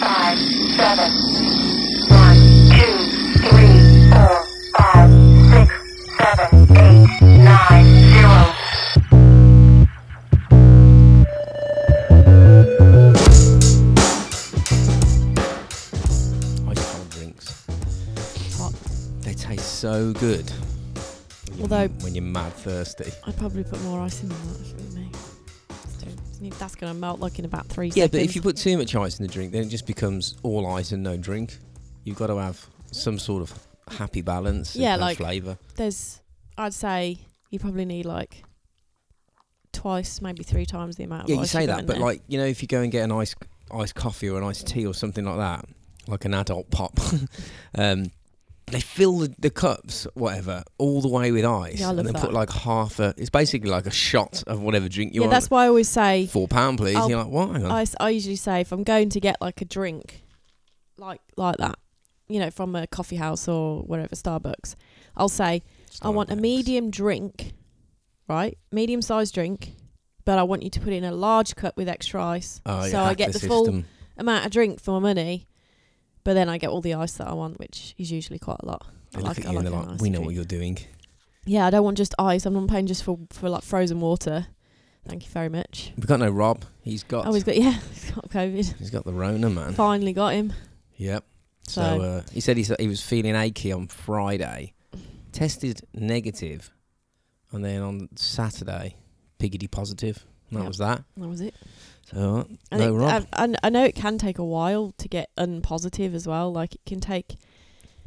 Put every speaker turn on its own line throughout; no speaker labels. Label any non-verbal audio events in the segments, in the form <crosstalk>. five, seven. One, two, three, four, five, six, seven, eight, nine, zero.
I just love drinks. They taste so good. When you're-
Although-
when you're mad thirsty.
I'd probably put more ice in than that, shouldn't me. That's going to melt like in about three
Yeah,
seconds.
but if you put too much ice in the drink, then it just becomes all ice and no drink. You've got to have some sort of happy balance.
Yeah,
and
like-
flavour.
There's, I'd say you probably need like twice, maybe three times the amount of
Yeah,
ice.
you say
got
that,
in
but
there.
like you know, if you go and get an iced iced coffee or an iced tea or something like that, like an adult pop, <laughs> um, they fill the, the cups, whatever, all the way with ice,
Yeah, I love
and then
that.
put like half a. It's basically like a shot of whatever drink you
yeah,
want.
that's why I always say
Four pound, please.
I'll-
You're like, what? Hang on.
I, s- I usually say if I'm going to get like a drink, like like that, you know, from a coffee house or whatever Starbucks, I'll say I want a
Starbucks.
medium drink, right? Medium sized drink, but I want you to put it in a large cup with extra ice,
Oh, yeah,
so I
hack
get the,
the
full
system.
amount of drink for my money. But then I get all the ice that I want, which is usually quite a lot.
They look at you and they're
an
like,
icy
we know
drink."
what you're doing.
Yeah, I don't want just ice. I'm not paying just for for like frozen water. Thank you very much.
We've got no Rob. He's got.
Oh, he's got <laughs> yeah, he's got
<laughs>
COVID.
he's got the Rona, man.
Finally got him.
Yep. So,
So-
uh, he said he, he was feeling achy on Friday, tested negative, and then on Saturday, piggity positive. And that
Yep.
was that.
That was it.
So uh,
I
no
think-
Rob.
I, I, I know it can take a while to get unpositive as well. Like it can take,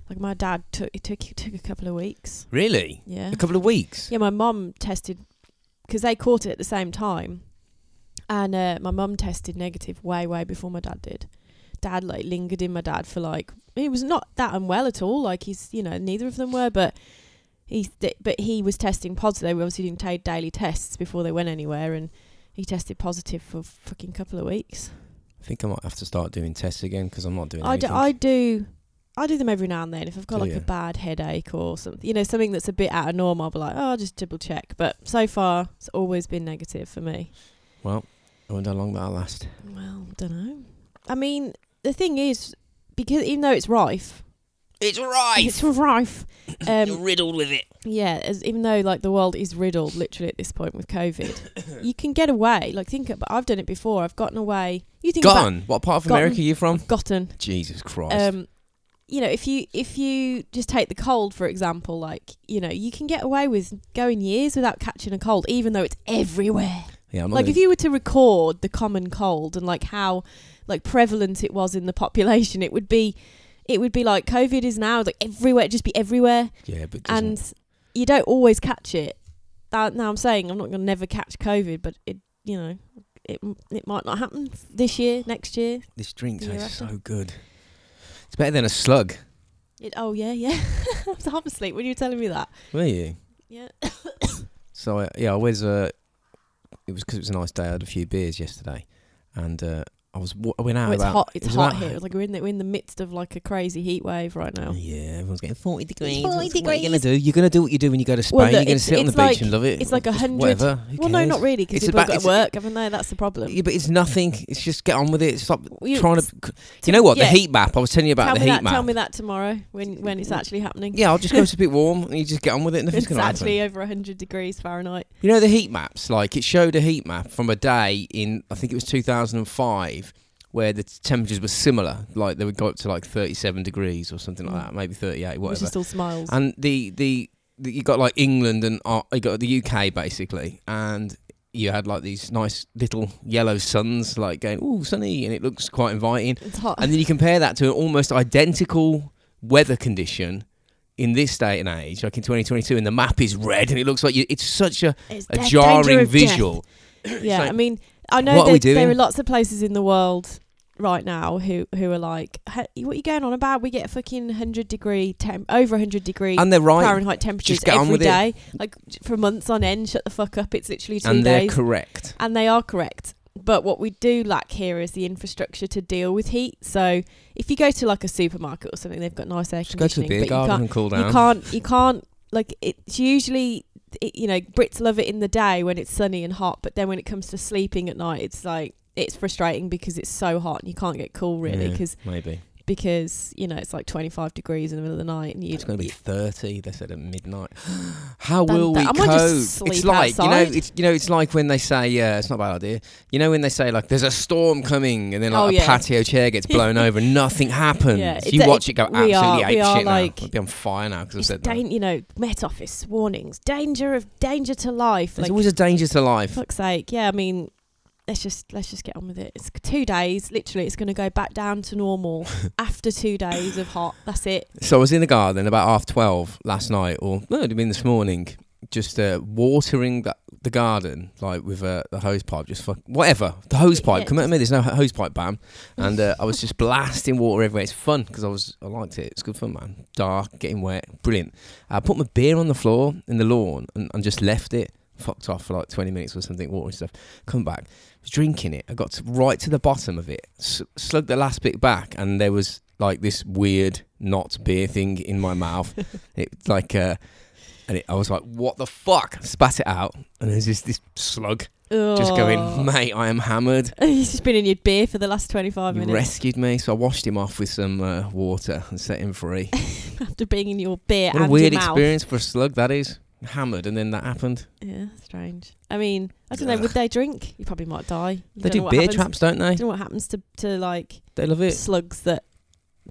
like my dad took it took it took a couple of weeks.
really?
Yeah.
A couple of weeks.
Yeah, my mum tested because they caught it at the same time, and uh, my mum tested negative way way before my dad did. Dad like lingered in my dad for like he was not that unwell at all. Like he's you know neither of them were, but he th- but he was testing positive. We obviously didn't take daily tests before they went anywhere, and he tested positive for fucking couple of weeks.
I think I might have to start doing tests again because I'm not doing.
I do,
anything.
I do I do them every now and then if I've got
Do
like
you?
a bad headache or something you know something that's a bit out of norm I'll be like oh I'll just double check but so far it's always been negative for me
Well, I wonder how long that'll last.
well don't know I mean the thing is because even though it's rife <laughs>
It's right.
it's rife um
riddled with it.
yeah as even though like the world is riddled literally at this point with covid you can get away like think about I've done it before I've gotten away you think about
Gone. What part of
Gotten.
America are you
<laughs>
from?
gotten
Jesus Christ.
um you know if you if you just take the cold for example like you know you can get away with going years without catching a cold even though it's everywhere
yeah, I'm not
like
gonna-
if you were to record the common cold and like how like prevalent it was in the <laughs> population it would be it would be like covid is now like everywhere it'd just be everywhere
Yeah, but doesn't-
and you don't always catch it that, now i'm saying i'm not going to never catch covid but it you know it, it might not happen this year next year
This drink
Yeah,
tastes
that's
so good. It's better than a slug,
it, oh yeah yeah <laughs> i was half asleep when you were telling me that
were you?
Yeah.
So uh, yeah, I was. Uh, it was 'cause it was a nice day. I had a few beers yesterday, and uh, I was. wa- I went out
Oh, it's
about.
hot. It's
it was
hot
about-
here. It's Like we're in the we're in the midst of like a crazy heat wave right now.
Yeah, everyone's getting forty degrees.
40
That's What are you gonna
degrees.
do? You're gonna do what you do when you go to Spain.
Well,
You're
look,
gonna
it's-
sit on the
it's
beach
like-
and love it.
it's like a
Just
hundred-
Whatever. Who
Well, no,
cares?
not really, because
It's
people
about-
have got
it's-
to work, haven't they? That's the problem.
Yeah, but it's nothing. It's just get on with it. Stop
You-
trying to. You know what?
yeah.
The heat map. I was telling you about
tell
the
me
heat
that.
map.
Tell me that tomorrow when when it's actually happening.
Yeah, I'll just go to a bit warm and you just get on with it. Nothing's
it's
gonna happen.
actually over hundred degrees Fahrenheit.
You know the heat maps, like it showed a heat map from a day in I think it was 2005 where the t- temperatures were similar, like they would go up to like 37 degrees or something like
Mm.
that, maybe 38,
Which
whatever.
is still smiles.
And the, the the you got like England and uh, you got the UK basically, and you had like these nice little yellow suns, like going ooh sunny, and it looks quite inviting
it's hot.
and then you compare that to an almost identical weather condition in this day and age, like in 2022, and the map is red, and it looks like you, it's such a,
it's
a
death, danger
jarring
of death.
visual.
Yeah,
like,
I mean, I know
what are we
that there are
doing?
lots of places in the world right now who who are like, "Hey, what are you going on about? We get fucking hundred degree temp, over hundred degree
And they're right,
Fahrenheit temperatures
get on
every
with it.
day, like j- for months on end. Shut the fuck up. It's literally two
and they're
days,
correct.
and they are correct. But what we do lack here is the infrastructure to deal with heat. So if you go to like a supermarket or something, they've got nice air
Just go to
conditioning,
a beer
but you
garden
can't,
and cool down.
you can't, you can't. Like it's usually, it, you know, Brits love it in the day when it's sunny and hot, but then when it comes to sleeping at night, it's like it's frustrating because it's so hot and you can't get cool really
Yeah,
because
maybe
because you know it's like 25 degrees in the middle of the night and you
it's going to be thirty. They said at midnight. <gasps> How
Dun,
will
dun.
we
I
cope?
might just
it's
sleep
like you
outside.
know, it's you know, it's like when they say, yeah, it's not a bad idea. You know, when they say like, there's a storm coming, and then like
Oh,
a
yeah.
patio chair gets blown over, and nothing happens.
<laughs> Yeah, it's
you
a-
watch it go
we are-
absolutely ape
we
shit
are
now.
like-
I'd be on fire now because I
it's
said that.
dan- you know Met Office warnings danger of danger to life
There's
like
always a danger to life.
fuck's sake yeah I mean let's just let's just get on with it it's two days literally it's going to go back down to normal
<laughs>
after two days of hot that's it
So I was in the garden about half twelve last night, or no, it'd have been this morning, just uh, watering the, the garden like with uh, the hose pipe, just fuck whatever the hose pipe.
Yeah,
come at me, there's no ho- hose pipe, bam. And uh, I was just blasting water everywhere. It's fun because I was I liked it. It's good fun, man. Dark, getting wet, brilliant. I put my beer on the floor in the lawn and, and just left it. Fucked off for like 20 minutes or something, watering stuff. Come back, was drinking it. I got to, right to the bottom of it, s- slugged the last bit back, and there was like this weird not beer thing in my
<laughs>
mouth. it like, uh, and it, I was like, "What the fuck?" Spat it out, and there's this this slug just
Ugh. <laughs>
going, "Mate, I am hammered."
He's just been in your beer for the last 25
You
minutes
rescued me, so I washed him off with some uh, water and set him free.
<laughs> after being in your beer
what a
and
weird
your mouth.
experience for a slug that is. Hammered, and then that happened.
Yeah, strange. I mean, I don't know.
Ugh.
Would they drink? You probably might die. You
They
don't know
do
what
beer
happens-
traps, don't they?
Don't know what happens to to like
They love it.
slugs that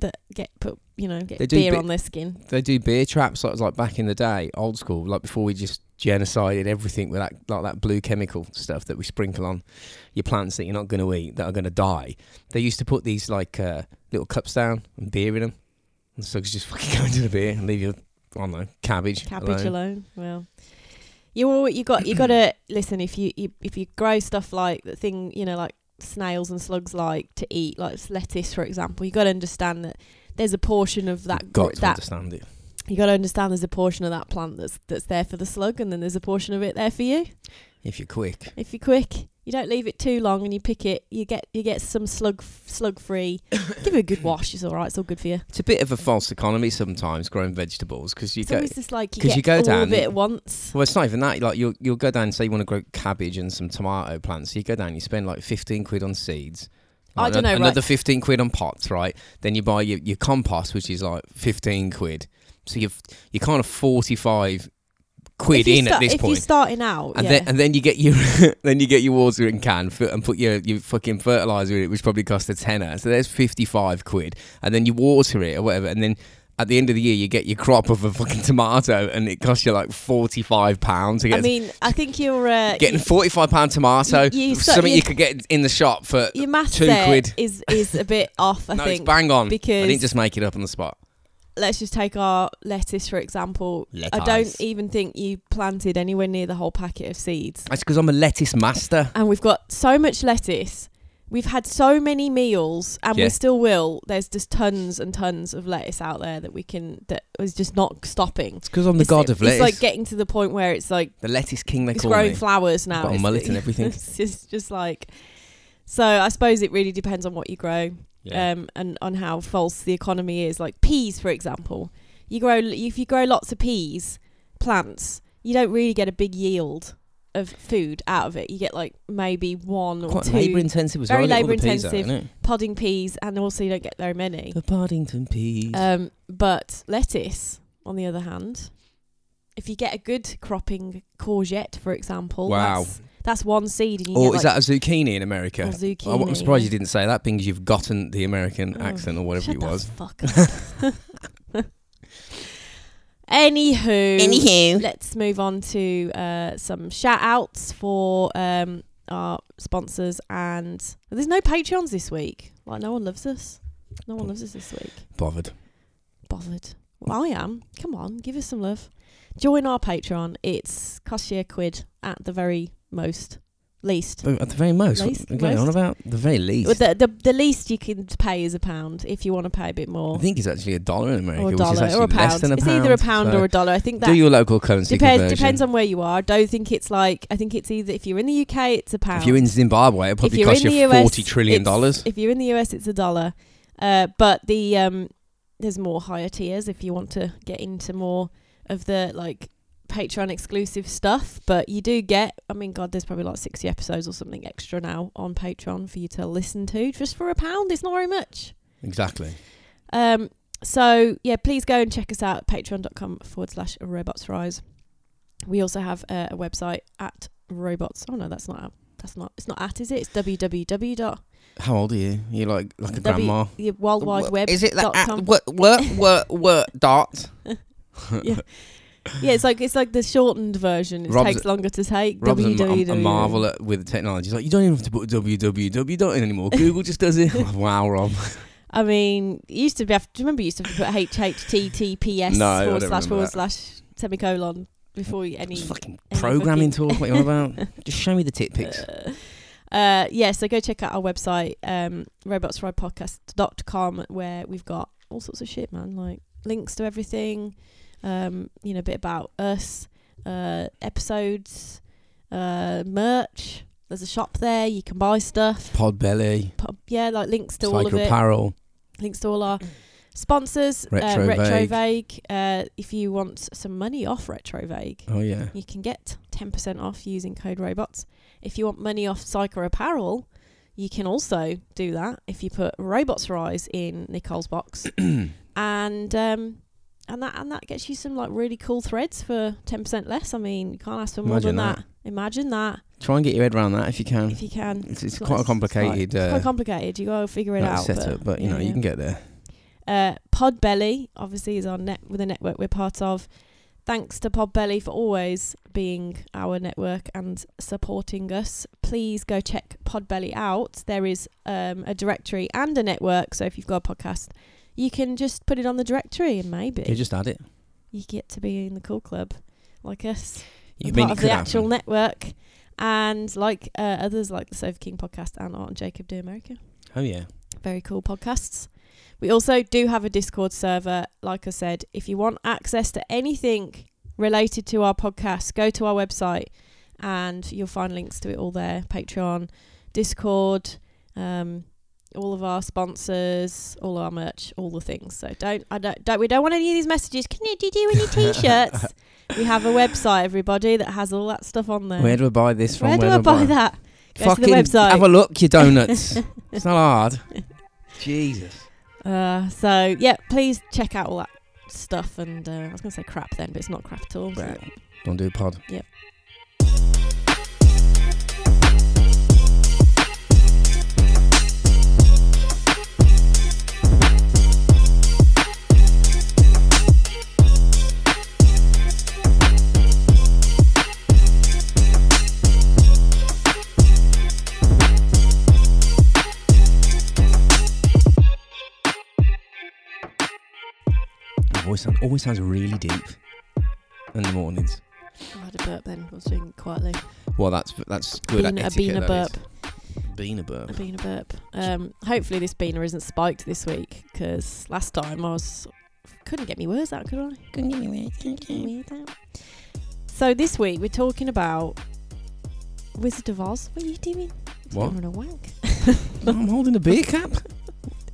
that get put, you know, get
They do
beer
bit-
on their skin.
they do beer traps like, like back in the day, old school, like before we just genocided everything with that like that blue chemical stuff that we sprinkle on your plants that you're not going to eat that are going to die. They used to put these like uh, little cups down and beer in them, and slugs just fucking <laughs> go into the beer and leave your I don't know cabbage.
Cabbage
alone.
alone. Well, you all you got you got to <clears throat> listen. If you, you if you grow stuff like the thing, you know, like snails and slugs like to eat, like lettuce for example, you got to understand that there's a portion of that gr-
Got to
that
understand it.
you got to understand there's a portion of that plant that's that's there for the slug, and then there's a portion of it there for you.
If you're quick,
If you're quick, you don't leave it too long, and you pick it, you get you get some slug slug
<coughs>
free. Give it a good wash. It's all right. It's all good for you.
it's a bit of a false economy sometimes growing vegetables because you
It's
go.
always just like you
'cause
get
you go
all
down-
of it at once.
Well, it's not even that. Like you'll you'll go down and say you want to grow cabbage and some tomato plants. You go down, you spend like fifteen quid on seeds.
I
Like,
don't know, right.
Another fifteen quid on pots, right? Then you buy your, your compost, which is like fifteen quid. So you've you kind of forty five quid
If you
in at
start-
this
if
point.
you're starting out,
and
yeah.
then and then you get your <laughs> then you get your watering can fi- and put your, your fucking fertilizer in it, which probably cost a tenner. So there's fifty five quid, and then you water it or whatever, and then at the end of the year you get your crop of a fucking tomato, and it costs you like forty five pounds to get.
I mean, I think you're uh,
Getting forty five pound tomato,
You- you start-
something you,
you-
could get in the shop for
your maths
two
there
quid.
is is a
<laughs>
bit off. I
no,
think.
it's bang on. I
because-
didn't just make it up on the spot.
Let's just take our lettuce for example. I
Lettuce.
don't even think you planted anywhere near the whole packet of seeds.
That's because I'm a lettuce master.
and we've got so much lettuce. We've had so many meals, and
Yeah.
we still will. There's just tons and tons of lettuce out there that we can that is just not stopping.
It's because I'm the
It's-
god of lettuce,
It's like getting to the point where it's like
the lettuce king. They
it's
call
growing
me.
flowers now.
got a
It's- <laughs>
mullet and everything.
it's just, just like so. I suppose it really depends on what you grow,
Yeah.
um, and on how false the economy is. Like peas, for example, you grow if you grow lots of peas plants, you don't really get a big yield of food out of it. You get like maybe one or
Quite
two
labour intensive as
um, very
well. all the
labour
peas out,
intensive.
isn't it?
podding peas, and also you don't get very many.
The Paddington peas.
Um, but lettuce, on the other hand, if you get a good cropping courgette, for example,
Wow.
that's, that's one seed, and you
or
get
is
like
that a zucchini in America?
a zucchini.
I'm surprised you didn't say that because you've gotten the American
Oh,
accent or whatever
Shut
it
the
was.
fuck up. <laughs> Anywho,
Anywho.
let's move on to uh, some shout outs for um, our sponsors. And there's no Patreons this week. Like, no one loves us. No one loves us this week.
Bothered.
bothered. Well, I am. Come on, give us some love. Join our Patreon. It's costs you a quid at the very most, least.
But at the very most.
Least-
what are you going on
most.
about? The very least.
Well, The, the the least you can pay is a pound if you want to pay a bit more,
I think it's actually a dollar in America,
or a
which is
dollar,
actually
or a
less
pound.
than a
it's
pound.
either a pound
so
or a dollar. I think
Do
that
your local currency
depends
conversion.
depends on where you are. I don't think it's like I think it's either if you're in the UK, it's a pound.
If you're in Zimbabwe, it probably
you're
costs
in
you
the US,
forty trillion
it's-
dollars.
If you're in the US, it's a dollar. Uh, but the um, there's more higher tiers if you want to get into more of the like Patreon exclusive stuff, but you do get, I mean, God, there's probably like 60 episodes or something extra now on Patreon for you to listen to just for a pound. It's not very much.
Exactly.
Um, so yeah, please go and check us out at patreon.com forward slash robots rise. We also have uh, a website at robots. Oh no, that's not our, that's not it's not at is it? It's www dot
How old are you? You're like like a
W-
grandma.
the world wide
Wh-
web.
Is it
dot
like at
com.
what what what what dot?
Yeah, it's like it's like the shortened version. It
Rob's-
takes longer to take.
Rob's a, ma-
www.
a marvel at, with technology. He's like, you don't even have to put www dot in
<laughs>
anymore. Google just does it. wow, Rob.
I mean, it used to be. Do you remember? You used to have to put https
No, I don't
forward slash
remember
forward
that.
slash semicolon before you any
It's fucking
any
programming
fucking-
talk. What you on
<laughs>
about? Just show me the tit pics.
Uh, yeah, so go check out our website, um, robotsridepodcast.com, where we've got all sorts of shit, man, like links to everything, um, you know, a bit about us, uh, episodes, uh, merch. There's a shop there, you can buy stuff.
Podbelly,
Pop, yeah, like links to all of
Psycho
it,
Apparel.
links to all our sponsors,
Retro
uh, Retro
Vague.
Vague. Uh, if you want some money off Retro Vague,
Oh yeah.
you can get 10% off using code robots. If you want money off Psycho Apparel, you can also do that if you put Robots Rise in
<coughs>
Nicole's box. and um, and that and that gets you some like really cool threads for 10% less. I mean, you can't ask for more
Imagine
than that.
that.
Imagine that
Try and get your head around that if you can.
if you can.
It's, it's
like-
quite a
it's
complicated.
It's
uh,
quite complicated. You gotta figure it
like,
out.
setup, but you know
yeah.
you can get there.
Uh, Podbelly obviously is our net with the network we're part of. Thanks to Podbelly for always being our network and supporting us. Please go check Podbelly out. There is um, a directory and a network, so if you've got a podcast, you can just put it on the directory and maybe
You just add it.
you get to be in the cool club like us
You
and
mean
part
it
of
could
the
happen.
actual network. And like uh, others, like the Sofa King podcast and Art and Jacob Do America
Oh yeah.
very cool podcasts. We also do have a Discord server. Like I said, if you want access to anything related to our podcast, go to our website and you'll find links to it all there Patreon, Discord, um, all of our sponsors, all our merch, all the things. So don't, I don't, don't, we don't want any of these messages. Can you do you
<laughs>
any t shirts? we have a website, everybody, that has all that stuff on there.
Where do I buy this from?
Where do I buy that? Go to the
Fucking
website.
have a look, you
<laughs>
donuts. it's not hard. Jesus.
Uh, so yeah, please check out all that stuff. And uh, I was gonna say crap then, but it's not crap at all. is it?
Don't do a pod. My voice sound, always sounds really deep in the mornings.
I had a burp then. I was doing it quietly.
Well, that's that's good.
Bean- a
at
beaner
etiquette, that is. Beaner
A
burp.
beaner burp. Um, hopefully this beaner isn't spiked this week because last time I was couldn't get me words out, could I? Couldn't get me words out. So this week we're talking about Wizard of Oz. What are you doing?
What?
Doing a wank.
I'm holding a beer cap.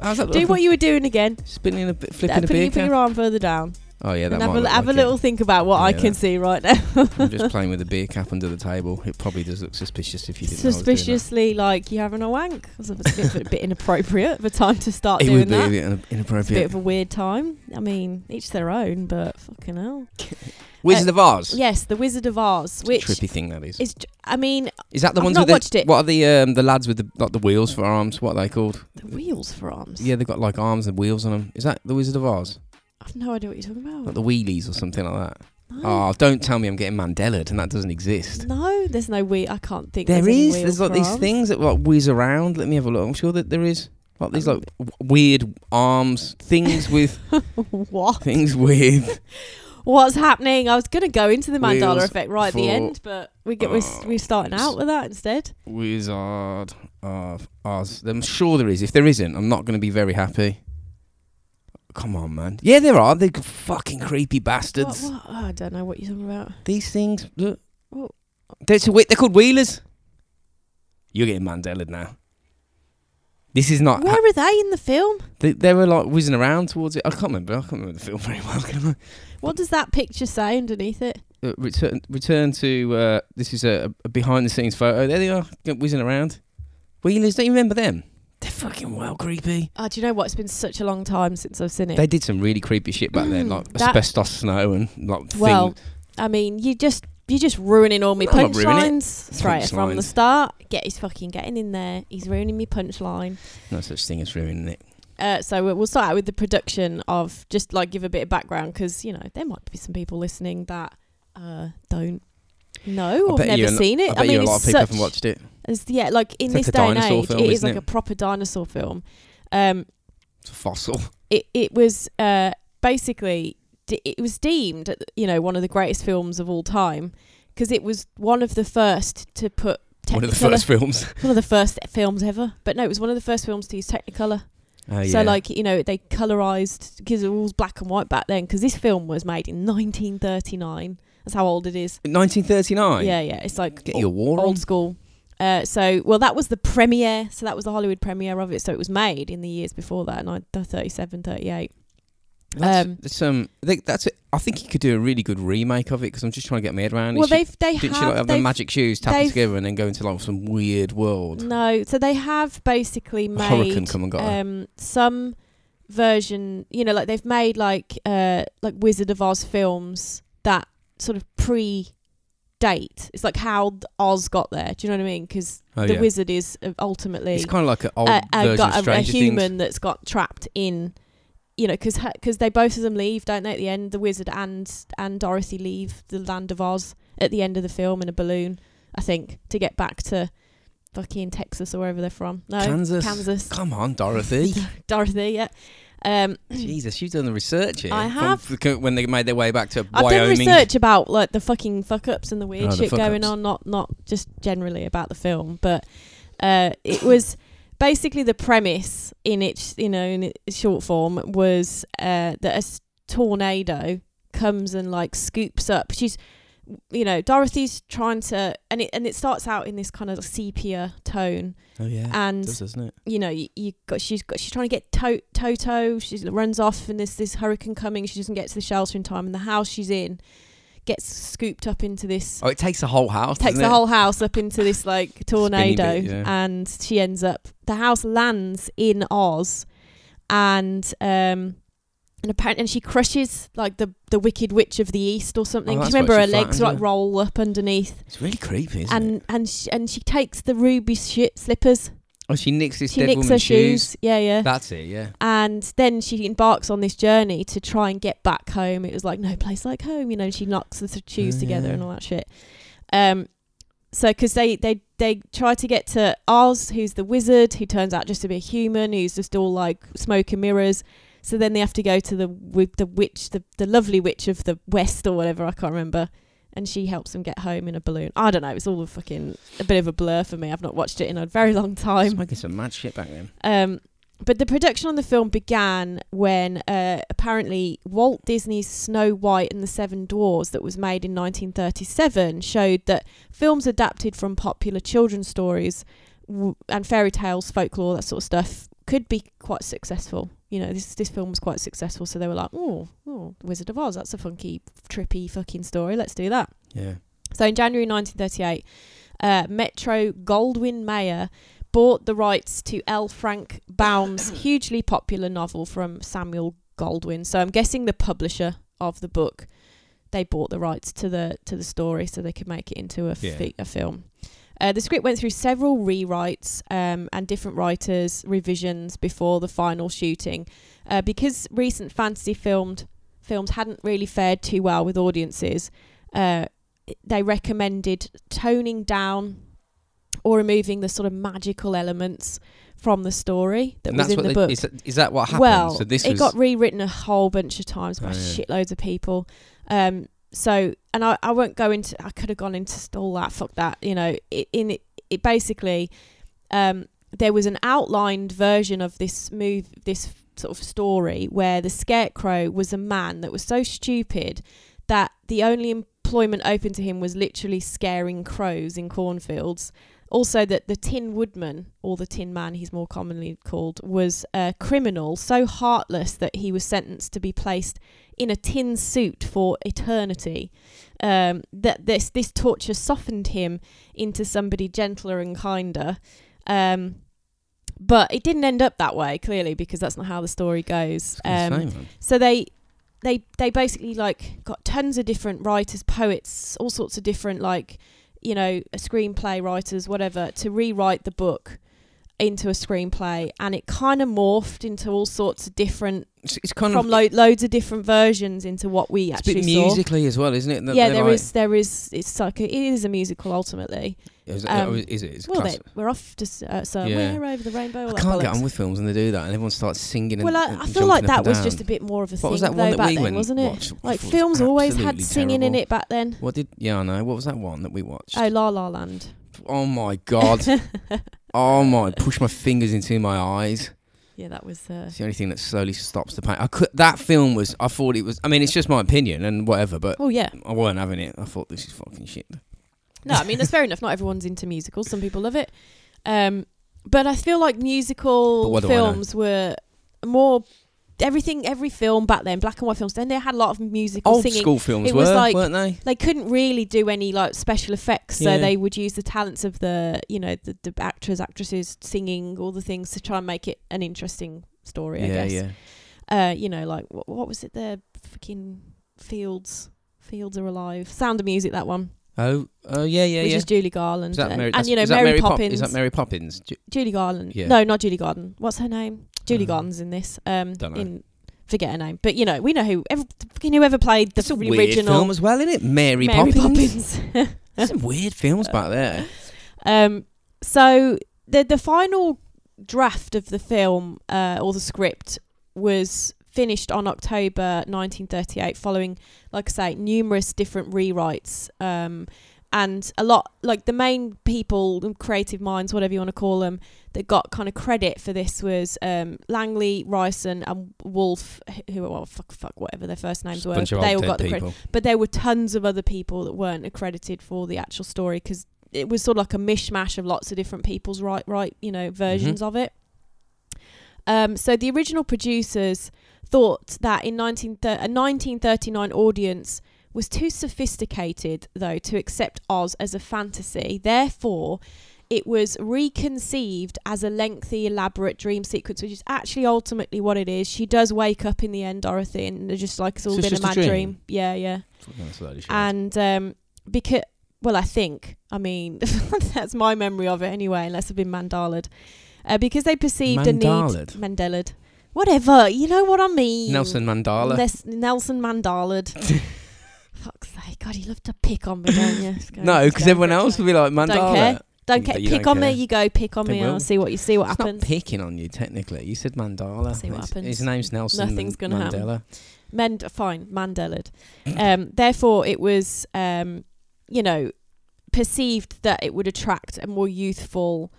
How's that
Do
look?
what you were doing again.
Spinning a bit,
Uh,
flipping a
put,
beer
you, put
cap.
your arm further down
oh yeah, that might
and have a,
look
have
like
a little think about what I
Yeah,
can
that-
see right now.
It. I'm
<laughs>
just playing with a beer cap under the table. It probably does look suspicious if you didn't. know I was doing that.
suspiciously like you having a wank. It's a bit, a bit inappropriate for time to start
It
doing
would be
that.
a bit in-
It's a bit
inappropriate.
of a weird time. I mean, each their own, but fucking hell.
Wizard of Oz.
Yes, The Wizard of Oz,
It's a
which
trippy thing that is.
is, I mean,
Is that the
I've
ones
not
with the,
watched it.
what are the um, the lads with the like the wheels for arms? What are they called?
the wheels for arms.
Yeah, they've got like arms and wheels on them. Is that the Wizard of Oz?
I've no idea what you're talking about.
Like the wheelies or something like that.
no.
Oh, don't tell me I'm getting Mandelaed and that doesn't exist.
no, there's no wheel. I can't think.
There
there's any
is.
wheels
There's like
for
these
arms.
things that like whiz around. Let me have a look. I'm sure that there is like
Um,
these like w- weird arms things
<laughs>
with
what?
things with.
What's happening? I was gonna go into the Mandala
Wheels
effect right at the
for
end, but we get we're, s- we're starting out
arms.
with that instead.
Wizard of Oz. I'm sure there is. If there isn't, I'm not going to be very happy. Come on, man. Yeah, there are. They're fucking creepy
What,
bastards.
what? Oh, I don't know what you're talking about.
These things. Look.
What?
They're, so wait, they're called wheelers. You're getting Mandelaed now. This is not.
Where are they in the film?
They, they were like whizzing around towards it. I can't remember. I can't remember the film very well. Can I?
What does that picture say underneath it?
uh, return return to uh, this is a, a behind the scenes photo. There they are, g- whizzing around. Wheelers, don't you remember them? They're fucking well creepy.
Oh, do you know what? It's been such a long time since I've seen it.
They did some really creepy shit back then, like
Mm, That-
asbestos snow and like things.
well, I mean, you just you're just ruining all my
I'm not ruining
punchlines straight from the
Punchlines.
start. Get he's fucking getting in there. He's ruining me punchline.
no such thing as ruining it.
Uh, so we- we'll start out with the production of just like give a bit of background because you know there might be some people listening that uh, don't know or
bet
have
you
never
a lo-
seen it.
I bet you a
it's
lot of people
such-
haven't watched it.
it's- yeah, like in
It's like
this
a
day and
dinosaur
age,
film,
it is
isn't
like
it?
a proper dinosaur film. Um,
It's a fossil.
it it was uh, basically de- it was deemed you know one of the greatest films of all time because it was one of the first to put Technicolor,
One of the first
<laughs>
films.
one of the first films ever. But no, it was one of the first films to use Technicolor.
Oh, yeah.
So like you know they colorized because it was black and white back then because this film was made in 1939. That's how old it is.
1939.
Yeah, yeah. It's like
Get your war on.
old school. Uh, so, well, that was the premiere. So that was the Hollywood premiere of it. So it was made in the years before that, nine- 37, 38.
That's,
Um,
that's, um, I think that's. It. I think you could do a really good remake of it because I'm just trying to get my head around.
Well,
it. She-
they've they
didn't
have,
she like have the
they've-
magic shoes tapping
they've-
together and then go into like some weird world?
No, so they have basically
A hurricane
made
come and got her.
um, some version. You know, like they've made like uh, like Wizard of Oz films that sort of pre date. It's like how th- Oz got there. Do you know what I mean? Because
Oh,
the
yeah.
wizard is uh, ultimately
It's kind of like an old
a- a,
version
got
of
a, a
Stranger
human
Things.
that's got trapped in you know because because they both of them leave don't they at the end the wizard and and dorothy leave the land of oz at the end of the film in a balloon i think to get back to fucking texas or wherever they're from no
Kansas.
uh, kansas
Come on,
<laughs>
Dorothy.
dorothy yeah um
Jesus, you've done the research here.
I
From-
have.
from c- when they made their way back to
I've done
Wyoming.
research about like the fucking fuck ups and the
Oh,
weird
the
shit
fuck
going
ups.
on, not not just generally about the film, but uh, it was basically the premise in its you know in its short form was uh, that a s- tornado comes and like scoops up. She's you know Dorothy's trying to and it and it starts out in this kind of sepia tone
Oh yeah, it
and
does, doesn't it?
you know, you, you got she's got she's trying to get to- Toto. She runs off, and there's this hurricane coming. She doesn't get to the shelter in time, and the house she's in gets scooped up into this.
Oh, it takes the whole house.
Takes
doesn't
the
it?
whole house up into
<laughs>
this like tornado,
bit, yeah.
and she ends up. The house lands in Oz, and um, and apparently, and she crushes like the the Wicked Witch of the East or something.
Oh,
Do you
that's right,
remember her
she
legs
flattens
like
her.
roll up underneath,
It's really creepy, isn't
and
it?
and she, and she takes the ruby shit slippers.
Oh, she nicks this
She
dead
nicks
woman's
her shoes. Yeah, yeah.
That's it. Yeah.
and then she embarks on this journey to try and get back home. It was like no place like home, you know. She knocks the th- shoes
Oh,
together
yeah.
and all that shit. Um, so because they they they try to get to Oz, who's the wizard, who turns out just to be a human, who's just all like smoke and mirrors. So then they have to go to the with the witch, the the lovely witch of the west or whatever I can't remember. And she helps them get home in a balloon. I don't know. It's all a fucking a bit of a blur for me. I've not watched it in a very long
i was
time.
making some mad shit back then.
Um, but the production on the film began when uh, apparently Walt Disney's Snow White and the Seven Dwarfs, that was made in 1937, showed that films adapted from popular children's stories w- and fairy tales, folklore, that sort of stuff, could be quite successful. You know, this this film was quite successful, so they were like, "Oh, oh, Wizard of Oz, that's a funky, trippy fucking story. Let's do that."
Yeah.
So in January 1938, uh, Metro Goldwyn Mayer bought the rights to L. Frank Baum's hugely popular novel from Samuel Goldwyn. So I'm guessing the publisher of the book, they bought the rights to the to the story so they could make it into a,
Yeah.
fi- a film. Uh, the script went through several rewrites um, and different writers' revisions before the final shooting, uh, because recent fantasy filmed films hadn't really fared too well with audiences. Uh, they recommended toning down or removing the sort of magical elements from the story that
and
was
that's
in
what
the
they-
book.
Is that, is that what happened?
Well,
so this
it
was
got rewritten a whole bunch of times by
Oh, yeah.
shitloads of people. Um, so, and I, I won't go into. I could have gone into all that. Fuck that. You know, it, in it, it basically, um, there was an outlined version of this move, this sort of story where the scarecrow was a man that was so stupid that the only employment open to him was literally scaring crows in cornfields. Also, that the Tin Woodman, or the Tin Man, he's more commonly called, was a criminal so heartless that he was sentenced to be placed in a tin suit for eternity. Um, that this this torture softened him into somebody gentler and kinder. Um, but it didn't end up that way, clearly, because that's not how the story goes. Um, so they they they basically like got tons of different writers poets all sorts of different like you know screenplay writers whatever to rewrite the book into a screenplay and it kind of morphed into all sorts of different
it's, it's kind of
from lo- loads of different versions into what we
Mm. it's a
actually
bit
saw
musically as well, isn't it?
yeah there is there is it's like a, it is a musical ultimately
Is,
um,
is it? It's
well
class-
they, we're off to s- uh, so
Yeah.
we're over the rainbow all
I
that
can't get
bollocks.
on with films and they do that, and everyone starts singing. And,
well
and
I, I feel
jumping
like
up and
that was
down.
just a bit more of a
What
thing
was that
though
one that
back
we
then
went
wasn't it
watched, which I
like
thought was
films always had
absolutely
singing in
terrible?
it back then.
What did? Yeah, I know. What was that one that we watched?
Oh, La La Land.
Oh my
<laughs>
god! oh my! Push my fingers into my eyes.
yeah, that was. Uh,
It's the only thing that slowly stops the pain. I could. That film was. I thought it was. I mean, it's just my opinion and whatever, but
well, oh, yeah.
I weren't having it. I thought this is fucking shit.
No, I mean that's fair enough. Not everyone's into musicals. Some people love it, um, but I feel like
But
musical
what do I know?
films were more everything. Every film back then, black and white films. Then they had a lot of musical
Old
singing.
school films
it
were,
was like-
weren't they?
They couldn't really do any like special effects,
Yeah.
so they would use the talents of the you know the, the actors, actresses, singing, all the things to try and make it an interesting story. I
yeah,
guess.
yeah.
uh, you know, like what, what was it? The fucking fields, fields are alive. Sound of Music, that one,
Oh, oh, yeah, yeah,
which
yeah.
is Julie Garland,
Is that
and,
Mary,
and
that's-
you know
is that
Mary,
Pop-
Poppins.
is that Mary Poppins? Ju-
Julie Garland.
Yeah.
No, not Julie Garland. What's her name? Julie
Uh,
Garland's in this. Um,
dunno.
in forget her name, but you know we know who. Every, fucking whoever played the
That's a
original
weird film as well, isn't it? Mary,
Mary
<laughs> Poppins.
Poppins. <laughs>
Some weird films back there.
Um, so the the final draft of the film uh, or the script was finished on October 1938, following, like I say, numerous different rewrites. Um, and a lot, like the main people, the creative minds, whatever you want to call them, that got kind of credit for this was um, Langley, Ryson, and Wolfe, who, well, fuck, fuck, whatever their first names
Just a
were.
bunch of
They all
old
got
dead
the credit
people.
but there were tons of other people that weren't accredited for the actual story because it was sort of like a mishmash of lots of different people's right right you know versions
Mm-hmm.
of it um, so the original producers thought that in 19 a 1939 audience was too sophisticated though to accept oz as a fantasy therefore it was reconceived as a lengthy, elaborate dream sequence, which is actually ultimately what it is. She does wake up in the end, Dorothy, and it's just like it's all
So it's
been a
just a
mad
dream?
dream. Yeah, yeah.
Fucking slowly shit.
And um, because, well, I think, I mean, <laughs> that's my memory of it anyway, unless I've been mandalaed. Uh, because they perceived
Mandalaed?
a need. Mandalaed. Whatever, you know what I mean.
Nelson Mandela.
Nes- Nelson
<laughs>
Mandalaed. Fuck's sake, God, you love to pick on me,
<laughs>
don't you? Go-
No,
go
because everyone
for it,
else
go.
will be like Mandela.
care. Don't
You
ca-
don't
pick on me,
care.
you go pick on
They
me, and
will.
I'll see what you see what
It's not
happens.
picking on you technically. You said Mandala.
See what
His-
happens.
His name's Nelson.
Nothing's
Man-
gonna happen.
Mandela.
Mend fine, Mandelaed. Um, therefore, it was, um, you know, perceived that it would attract a more youthful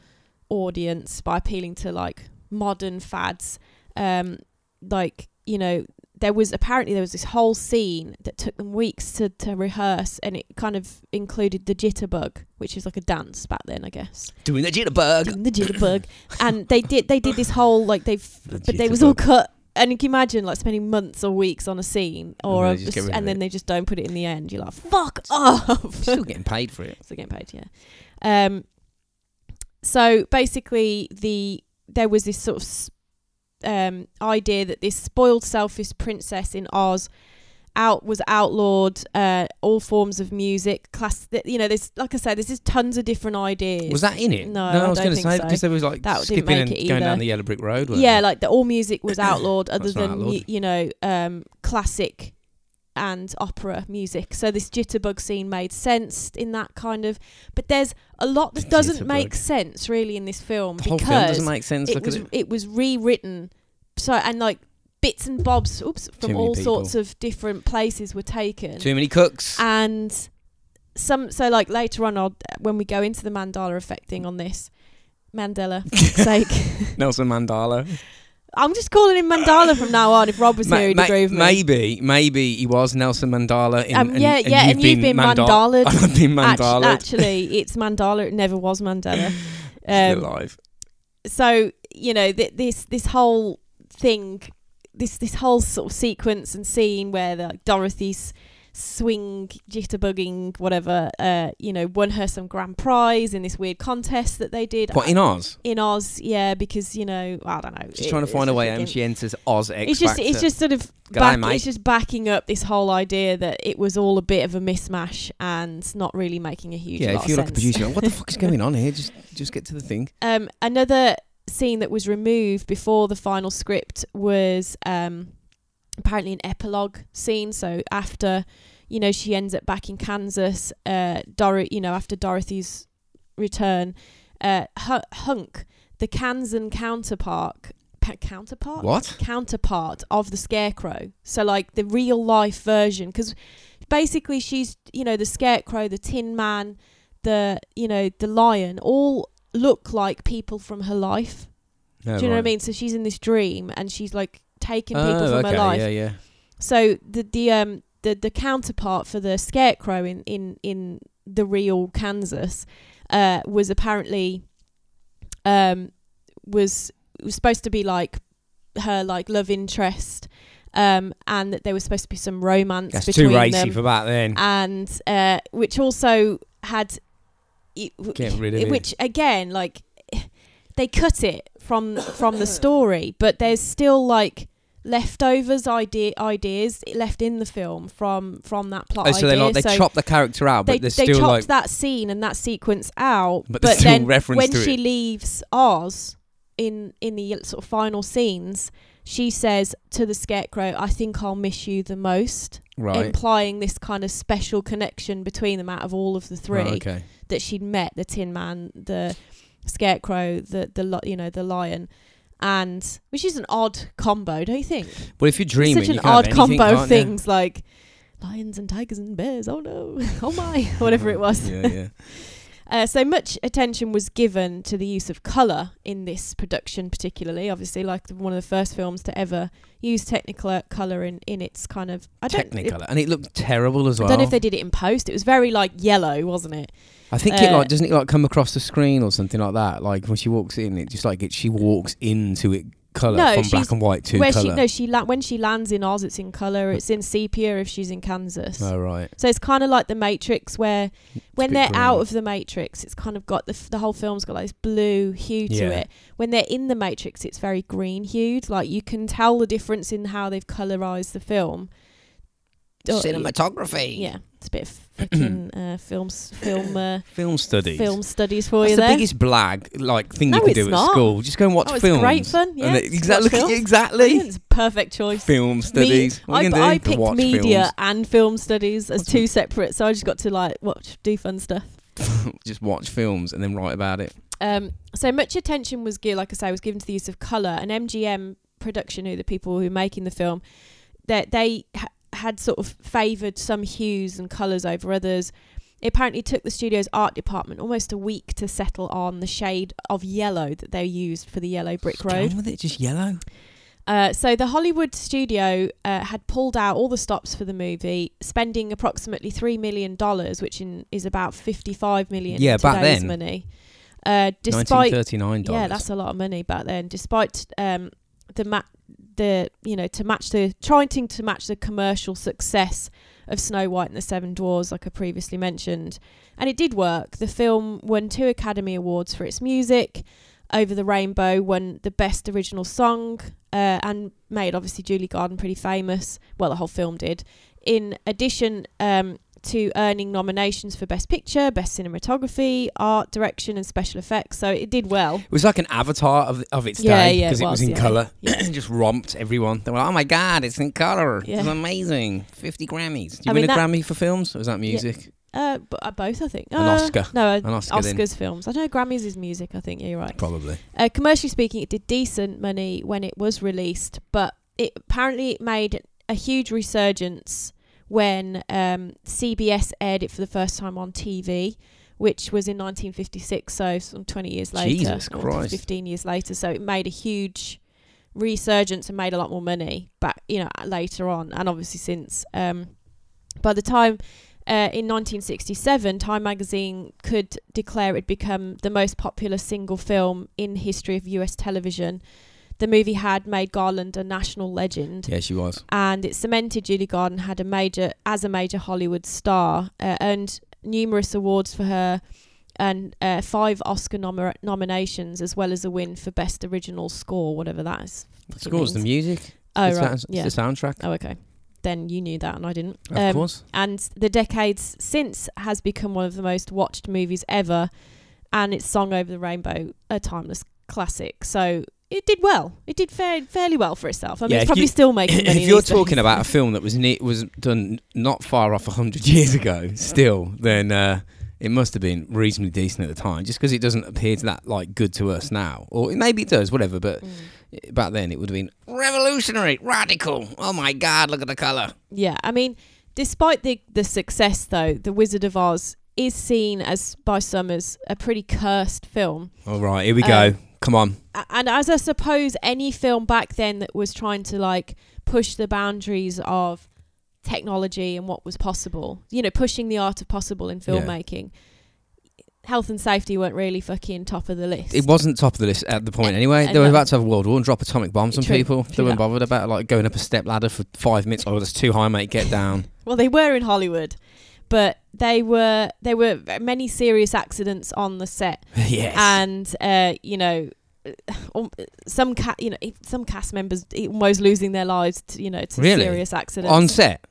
audience by appealing to like modern fads. Um, like you know, there was apparently there was this whole scene that took them weeks to to rehearse, and it kind of included the jitterbug, which is like a dance back then, I guess
Doing the jitterbug.
<laughs> doing
<coughs>
the jitterbug, and they did they did this whole like they've
The
but they was all
jitterbug.
cut. And you can imagine like spending months or weeks on a scene,
then
or a-
they just get rid of
and then
it.
they just don't put it in the end. You're like, fuck <laughs> off.
Still getting paid for it.
Still getting paid, yeah. Um, so basically, the there was this sort of s- um, idea that this spoiled, selfish princess in Oz out was outlawed. Uh, all forms of music, class. Th- you know, there's like I said, there's just tons of different ideas.
Was that in it?
No, I
I was
don't
gonna
think
say
so.
because they was like
That didn't
skipping
make
and
it
going
either.
down the yellow brick road. weren't
yeah,
they?
like the all
<coughs>
music was outlawed, other
That's not
than
outlawed.
mu- you know um, classic and opera music. So this jitterbug scene made sense in that kind of. But there's a
<laughs>
lot that doesn't make
Jitterbug.
sense really in this film
the whole
because
film doesn't make sense.
it
Look
was
at it.
was rewritten. So and like bits and bobs, oops, from
many
all
people.
sorts of different places were taken
Too many
<laughs>
cooks. <laughs>
Ah, and some so like later on I'll, when we go into the mandala effect thing on this mandela
<laughs>
for fuck's sake
Nelson Mandela.
i'm just calling him mandala from now on if rob was
Ma-
here he'd
ma-
agree with me
maybe, maybe he was Nelson Mandela. In,
Um, yeah,
and,
yeah,
and
and you've been
mandal- and <laughs>
mandalaed.
I've been
Act-
Mandala.
actually it's mandala it never was mandela
<laughs> Still
um,
alive.
so you know th- this this whole thing this this whole sort of sequence and scene where the like, Dorothy's swing jitterbugging whatever uh you know won her some grand prize in this weird contest that they did
What in Oz?
in Oz yeah because you know I don't know
She's
it-
trying to
it's
find a
just
way
like
and
in-
she enters Oz X
it's just
Factor.
it's just sort of
G'day,
back,
mate.
it's just backing up this whole idea that it was all a bit of a mismatch and not really making a huge
yeah,
lot
if you're
of
like a
sense.
producer, you're like,
<laughs>
what the fuck is going on here? Just just get to the thing.
um, another scene that was removed before the final script was um, apparently an epilogue scene. So after, you know, she ends up back in Kansas, uh, Dor- you know, after Dorothy's return, uh, Hu- Hunk, the Kansan counterpart, pa- counterpart,
What?
counterpart of the Scarecrow. So like the real life version, because basically she's you know the Scarecrow, the Tin Man, the you know the Lion, all look like people from her life.
No,
Do you know what
Oh,
I
right.
mean? So she's in this dream and she's like taking people
Oh,
from
okay,
her life.
Yeah, yeah.
So the the um the the counterpart for the Scarecrow in in in the real Kansas uh, was apparently um was was supposed to be like her like love interest um and that there was supposed to be some romance
That's
between
too racy
them
for back then.
and uh, which also had it, w-
Get rid of it.
which again like they cut it from from the story but there's still like leftovers idea ideas left in the film from from that plot
Oh, so they
idea.
like they
so
chop the character out,
they,
but there's
they
still
chopped
like
that scene and that sequence out
But
but,
there's still
then
reference
when
to
she
it.
leaves oz in in the uh, sort of final scenes she says to the scarecrow i think i'll miss you the most
right.
implying this kind of special connection between them out of all of the three
Right, okay.
that she'd met the Tin Man, the Scarecrow, the the li- you know the lion, and which is an odd combo, don't you think?
Well, if you're dreaming,
Such an
you can have
odd
anything,
combo of
can't you?
things like lions and tigers and bears. Oh no! <laughs> Oh my! Whatever it was.
yeah, yeah.
Uh, so much attention was given to the use of colour in this production, particularly obviously like the, one of the first films to ever use technical uh, colour in in its kind of I don't it-
Technicolor, and it looked terrible as well.
I don't know if they did it in post. It was very like yellow, wasn't it?
I think it
Uh,
like doesn't it like come across the screen or something like that? Like when she walks in, it just like it, she walks into it color
No,
from
she's-
black and white to
Where
color.
she no, she la- when she lands in Oz, it's in color. It's in sepia if she's in Kansas.
oh right,
So it's kind of like the Matrix, where when
bit
they're
green.
out of the Matrix, it's kind of got the f- the whole film's got like this blue hue to
Yeah.
it. When they're in the Matrix, it's very green hued. Like you can tell the difference in how they've colorized the film. Oh,
cinematography.
Yeah, it's a bit of fucking uh, films, film, uh,
film studies.
film studies for
That's
you
the
there.
biggest blag like thing
No,
you can
it's
do
not.
at school. Just go and watch
Oh, it's
films.
great fun, yeah,
And
just
exactly,
watch films.
exactly.
Brilliant, perfect choice.
Film studies. What are
I,
you gonna
I
do?
picked
Watch
media and film studies as
What's
two
it-
separate, so I just got to like watch, do fun stuff.
Films. <laughs> Just watch films and then write about it.
Um, so much attention was given, like I say, was given to the use of color. And MGM production, who the people who are making the film, that they ha- had sort of favored some hues and colors over others. It apparently took the studio's art department almost a week to settle on the shade of yellow that they used for the yellow brick
What's going
road.
on with it just yellow.
Uh, so the Hollywood studio uh, had pulled out all the stops for the movie, spending approximately three million dollars, which in, is about fifty-five million
Yeah,
in
back
today's
then.
money. Uh,
Nineteen
despite
thirty-nine dollars.
yeah, that's a lot of money back then. Despite um, the ma- the you know to match the trying to match the commercial success of Snow White and the Seven Dwarfs, like I previously mentioned, and it did work. The film won two Academy Awards for its music. Over the Rainbow won the best original song uh, and made obviously Julie Garden pretty famous. Well, the whole film did. In addition um, to earning nominations for Best Picture, Best Cinematography, Art Direction, and Special Effects, so it did well.
It was like an avatar of of its
Yeah,
day
yeah, it
because it was
was,
in
yeah.
color.
Yeah.
It <coughs> just romped everyone. They were like, "Oh my god, it's in color!
Yeah.
It's amazing! Fifty Grammys! Do you
I
win
mean,
a
that-
Grammy for films? Or is that music?
Uh, b- uh, both, I think.
An
Uh,
Oscar.
No, uh,
An Oscar? then?
Oscars films. I don't know Grammys is music. I think yeah, you're right.
probably.
Uh, commercially speaking, it did decent money when it was released, but it apparently it made a huge resurgence when um, CBS aired it for the first time on TV, which was in 1956. So some 20 years later,
Jesus
or
Christ.
15 years later. So it made a huge resurgence and made a lot more money back, you know, later on, and obviously since. Um, by the time uh, in 1967, Time magazine could declare it become the most popular single film in history of U.S. television. the movie had made Garland a national legend.
Yeah, she was.
and it cemented Judy Garden had a major as a major Hollywood star, uh, earned numerous awards for her, and uh, five Oscar nom- nominations as well as a win for best original score, whatever that is.
The
fucking
score's the
means.
music.
Oh
it's
right,
the, sounds-
yeah.
it's the soundtrack.
Oh okay, then you knew that and I didn't.
Of
Um,
course.
And the decades since has become one of the most watched movies ever, and its song over the rainbow a timeless classic. So. It did well. It did fair, fairly well for itself. I mean,
Yeah,
it's
if
probably
you-
still making
<coughs>
money.
if you're
these days.
talking about a film that was ne- was done not far off 100 <laughs> years ago still then uh, it must have been reasonably decent at the time just because it doesn't appear to that like good to us now or maybe it does whatever but
Mm.
back then it would have been revolutionary radical oh my god look at the color
<laughs> Yeah, I mean, despite the the success though, The Wizard of Oz is seen as by some as a pretty cursed film.
all right here we
Um,
go come on
A- And as I suppose any film back then that was trying to like push the boundaries of technology and what was possible, you know, pushing the art of possible in
Yeah.
filmmaking. Health and safety weren't really fucking top of the list.
it wasn't top of the list at the point anyway.
and
They were
no.
about to have a world war and drop atomic bombs on
True,
people.
true
They weren't
that.
bothered about like going up a step ladder for five minutes. Oh, that's too high, mate. Get
<laughs>
down.
Well, they were in Hollywood, but they were there were many serious accidents on the set
yes.
and uh, you know um, some ca- you know if some cast members almost losing their lives to, you know to
Really?
serious accidents
on set,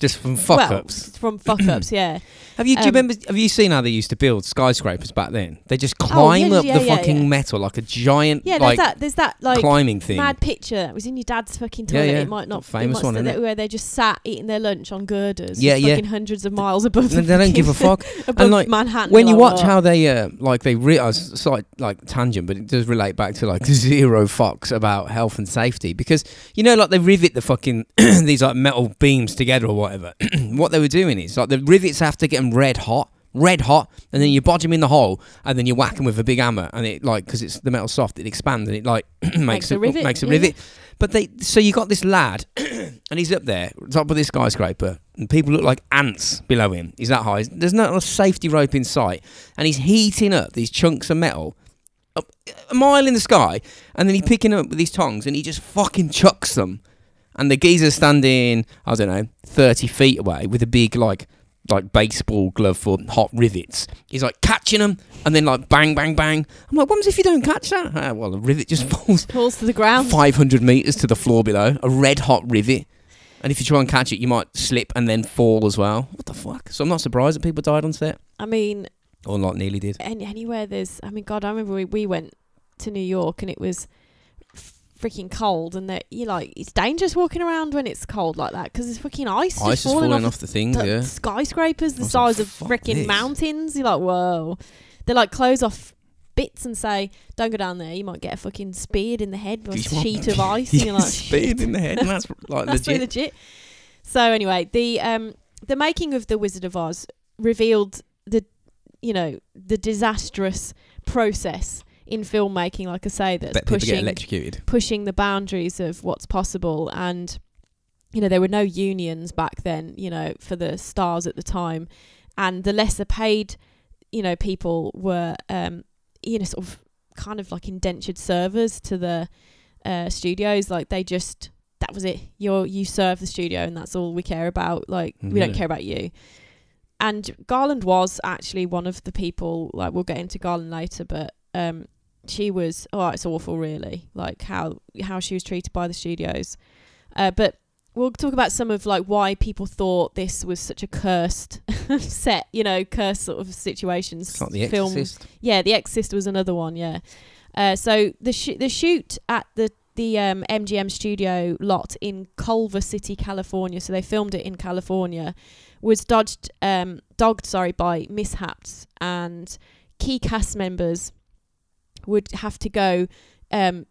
just from fuck
well,
ups.
from fuck
<clears throat>
ups yeah
Have you, do
Um,
you remember? Have you seen how they used to build skyscrapers back then? They just climb
yeah,
up
Oh, yeah,
the
yeah,
fucking
yeah.
metal like a giant,
yeah
like,
there's that there's that like
climbing thing.
mad picture that was in your dad's fucking
Yeah,
toilet
yeah.
it might not
Famous
it might
one,
say
isn't
that
it?
where they just sat eating their lunch on girders
Yeah,
just
yeah.
fucking hundreds of miles above
They
the
they don't give a
fucking-
fuck.
<laughs> above
like,
Manhattan
When you
Like,
watch
what?
how they uh, like they realize slight like tangent, but it does relate back to like <laughs> zero fucks about health and safety because you know like they rivet the fucking <clears throat> these like metal beams together or whatever. what they were doing is like the rivets have to get them red hot, red hot, and then you bodge them in the hole, and then you whack them with a big hammer, and it like because it's the metal soft, it expands and it like <clears throat> makes
a
a
rivet,
makes a
yeah.
rivet. But they so you got this lad, <clears throat> and he's up there top of this skyscraper, and people look like ants below him. He's that high. There's not a safety rope in sight, and he's heating up these chunks of metal. up- A mile in the sky, and then he's picking them up with these tongs, and he just fucking chucks them. And the geezer's standing, I don't know, thirty feet away with a big like like baseball glove for hot rivets. He's like catching them, and then like bang, bang, bang. I'm like, what happens if you don't catch that? Ah, well, the rivet just <laughs> falls
falls to the ground
500 meters to the floor below, a red hot rivet. And if you try and catch it, you might slip and then fall as well. What the fuck? So I'm not surprised that people died on set,
I mean
or not nearly did.
any, anywhere there's i mean god i remember we, we went to new york and it was freaking cold and that you like it's dangerous walking around when it's cold like that because there's fucking ice, just
Ice is
falling,
falling
off,
off the things,
the
yeah.
skyscrapers the
I was like,
size of
"Fuck
freaking
this."
mountains you're like whoa they like close off bits and say don't go down there you might get a fucking speared in the head by a
You want-
sheet
<laughs>
of ice and you're like
speed in the head, and that's like
<laughs> that's pretty
legit.
legit. So anyway, the um the making of the Wizard of Oz revealed the you know the disastrous process in filmmaking. Like I say, that's
Bet people get
pushing
electrocuted.
pushing the boundaries of what's possible and you know there were no unions back then you know for the stars at the time and the lesser paid you know people were um you know sort of kind of like indentured servers to the uh, studios like they just that was it you're you serve the studio and that's all we care about like we don't
Really?
care about you and garland was actually one of the people like we'll get into garland later but um she was oh it's awful really like how how she was treated by the studios uh, but we'll talk about some of like why people thought this was such a cursed <laughs> set you know cursed sort of situations
It's not the
film-
exorcist.
yeah the exorcist was another one yeah uh, so the sh- the shoot at the the um, MGM studio lot in Culver City, California. So they filmed it in California. Was dodged, um, dogged, sorry, by mishaps and key cast members would have to go um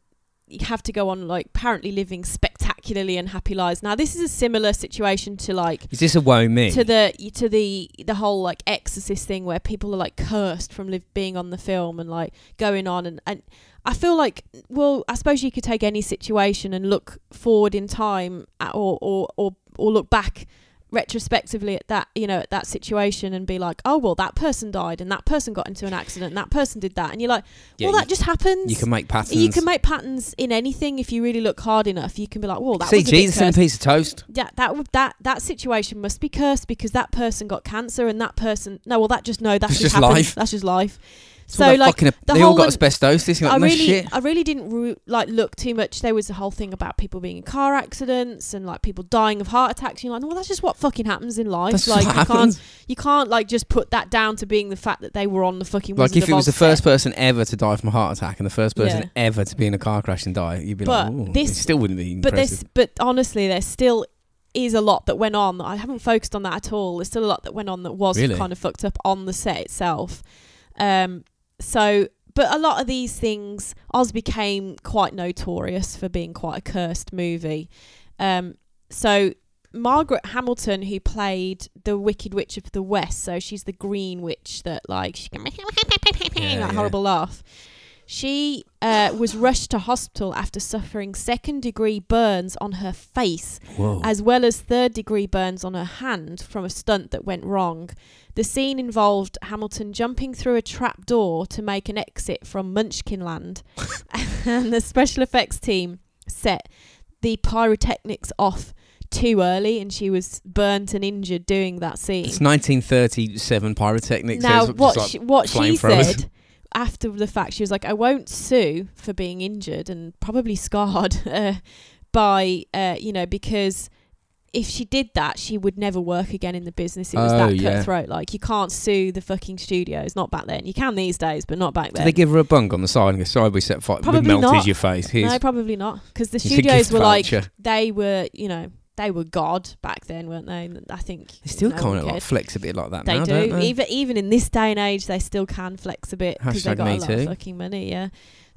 you have to go on like apparently living spectacularly unhappy lives now this is a similar situation to like
Is this a woe me?
to the to the the whole like exorcist thing where people are like cursed from live, being on the film and like going on and and I feel like well I suppose you could take any situation and look forward in time at- or or or, or look back retrospectively at that you know at that situation and be like oh well that person died and that person got into an accident and that person did that and you're like
Yeah,
well
you-
that just happens
You can make patterns.
You can make patterns in anything if you really look hard enough you can be like well that
See
was a bit
Jesus in a
cursed."
piece of toast.
yeah that would that that situation must be cursed because that person got cancer and that person no well that just no that's
It's
just,
just
happened.
life.
that's just life
It's all
so
that
like
fucking,
the
they all
whole
got
un-
asbestos. You're
I
like, no
really,
shit.
I really didn't ru like look too much. There was a whole thing about people being in car accidents and like people dying of heart attacks. You're like, well, that's just what fucking happens in life.
That's just
like
what
you
happens.
can't, you can't like just put that down to being the fact that they were on the fucking.
Like
Wizard
if
of
it was the
Oz
first
set.
person ever to die from a heart attack and the first person
Yeah.
ever to be in a car crash and die, you'd be
But
like, Ooh,
this-
it still wouldn't be
but
impressive.
there's, but honestly, there still is a lot that went on. that I haven't focused on that at all. There's still a lot that went on that was
Really?
kind of fucked up on the set itself. Um, so. But a lot of these things, Oz became quite notorious for being quite a cursed movie. Um, so Margaret Hamilton, who played the Wicked Witch of the West, so she's the Green Witch that like she can <laughs>
Yeah,
that
yeah.
horrible laugh. She uh, was rushed to hospital after suffering second degree burns on her face,
Whoa.
as well as third degree burns on her hand from a stunt that went wrong. The scene involved Hamilton jumping through a trap door to make an exit from Munchkinland, and the special effects team set the pyrotechnics off too early, and she was burnt and injured doing that scene.
it's 1937 pyrotechnics. so
Now,
it's just
what
like-
she, what she
flamethrowers.
said after the fact, she was like, "I won't sue for being injured and probably scarred <laughs> uh, by uh, you know because." If she did that, she would never work again in the business. It was
Oh,
that
yeah.
cutthroat. Like you can't sue the fucking studios. Not back then. You can these days, but not back
Did
then.
they give her a bung on the side and go, sorry, we set fire?
Probably
we melted
not.
your face. Here's,
no, probably not, because the
here's a
studios
gift
were like
voucher."
they were, you know, they were god back then, weren't they? And I think
They still
no one
kind of like
cared.
flex a bit like that
They
now,
do.
not they?
Even even in this day and age, they still can flex a bit because they
Hashtag
got
me
a lot
too.
of fucking money. Yeah.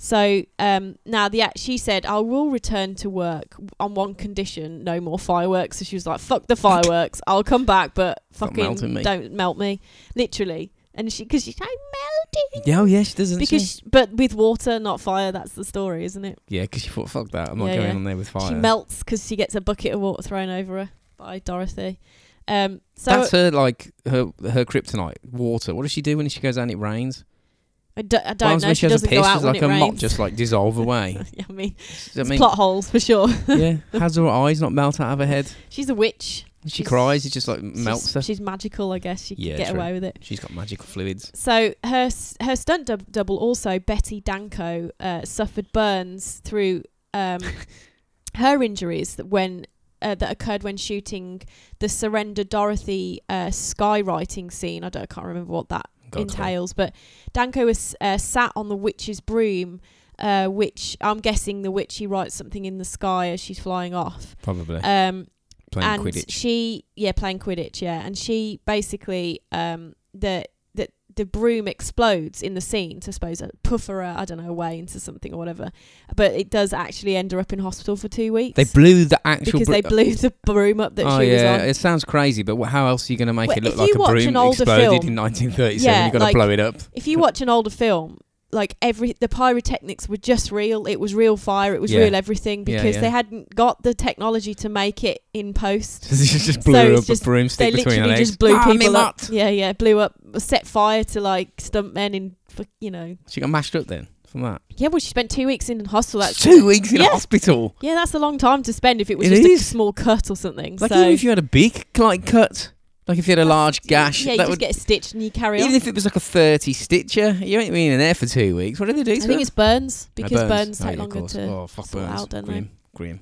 So um, now the act, she said, "I will return to work on one condition: no more fireworks." So she was like,
<laughs>
"Fuck the fireworks! I'll come back, but
Stop
fucking
melting me."
don't melt me, literally." And she, because she's like melting,
Yeah, oh, yeah, she doesn't. she?
because she- but with water, not fire. That's the story, isn't it?
yeah, because she thought, fuck that. I'm not
Yeah,
going
yeah.
on there with fire.
She melts because she gets a bucket of water thrown over her by Dorothy. Um, so
That's her, like, her her kryptonite, water. What does she do when she goes out and it rains?
I, do, I
Well,
don't know.
when
She doesn't
has a piss,
go out
does,
when
like
it
her
rains.
mop just, like, dissolve
<laughs>
away.
yeah, I mean,
I
it's
mean,
plot holes for sure.
<laughs> yeah, has her eyes not melt out of her head?
<laughs> She's a witch.
She
She's-
cries, it just, like,
She's-
melts her.
She's magical, I guess. She
Yeah,
can get
true.
away with it.
She's got magical fluids.
So her s- her stunt dub- double also Betty Danko uh, suffered burns through
<laughs>
um, her injuries that when uh, that occurred when shooting the Surrender Dorothy uh, skywriting scene. I don't I can't remember what that
God,
entails. But Danko was uh, sat on the witch's broom, uh, which I'm guessing the witch he writes something in the sky as she's flying off.
Probably.
Um,
playing
and
Quidditch.
she yeah playing Quidditch yeah, and she basically um the the the broom explodes in the scene. So I suppose a puffer her, I don't know away into something or whatever, but it does actually end her up in hospital for two weeks
They blew the actual
because
bro-
they blew the broom up that
oh
she
yeah,
was on.
it sounds crazy, but wh- how else are you going to make
Well,
it look
if
like
you
a
watch
broom
an older
exploded
film-
in 1937?
Yeah,
You've got to
like-
blow it up. <laughs>
If you watch an older film. Like every the pyrotechnics were just real. It was real fire. It was
Yeah.
real everything
Yeah,
because
yeah.
they hadn't got the technology to make it in post.
just just
So
blew
it's
up
just-
a broomstick
they
between her
literally
legs.
just blew
Ah, me
people up.
nut!
Yeah, yeah, blew up, set fire to like stuntmen in, fuck- you know.
She got mashed up then from that.
Yeah, well, she spent two weeks in hospital. That's
Two weeks in
Yeah.
hospital.
Yeah, that's a long time to spend if it was
It
just
is.
a small cut or something.
Like
so
even if you had a big like cut, like if you had a large gash,
yeah, you
that
just
would.
get a stitch and you carry
Even
on.
if it was like a 30 stitcher, you ain't been in there for two weeks. What do they do?
I
to it?
think it's burns
No,
because burns,
Oh,
take
yeah, of
longer
course.
to.
oh, fuck
sort
burns.
out, don't they?
grim, grim.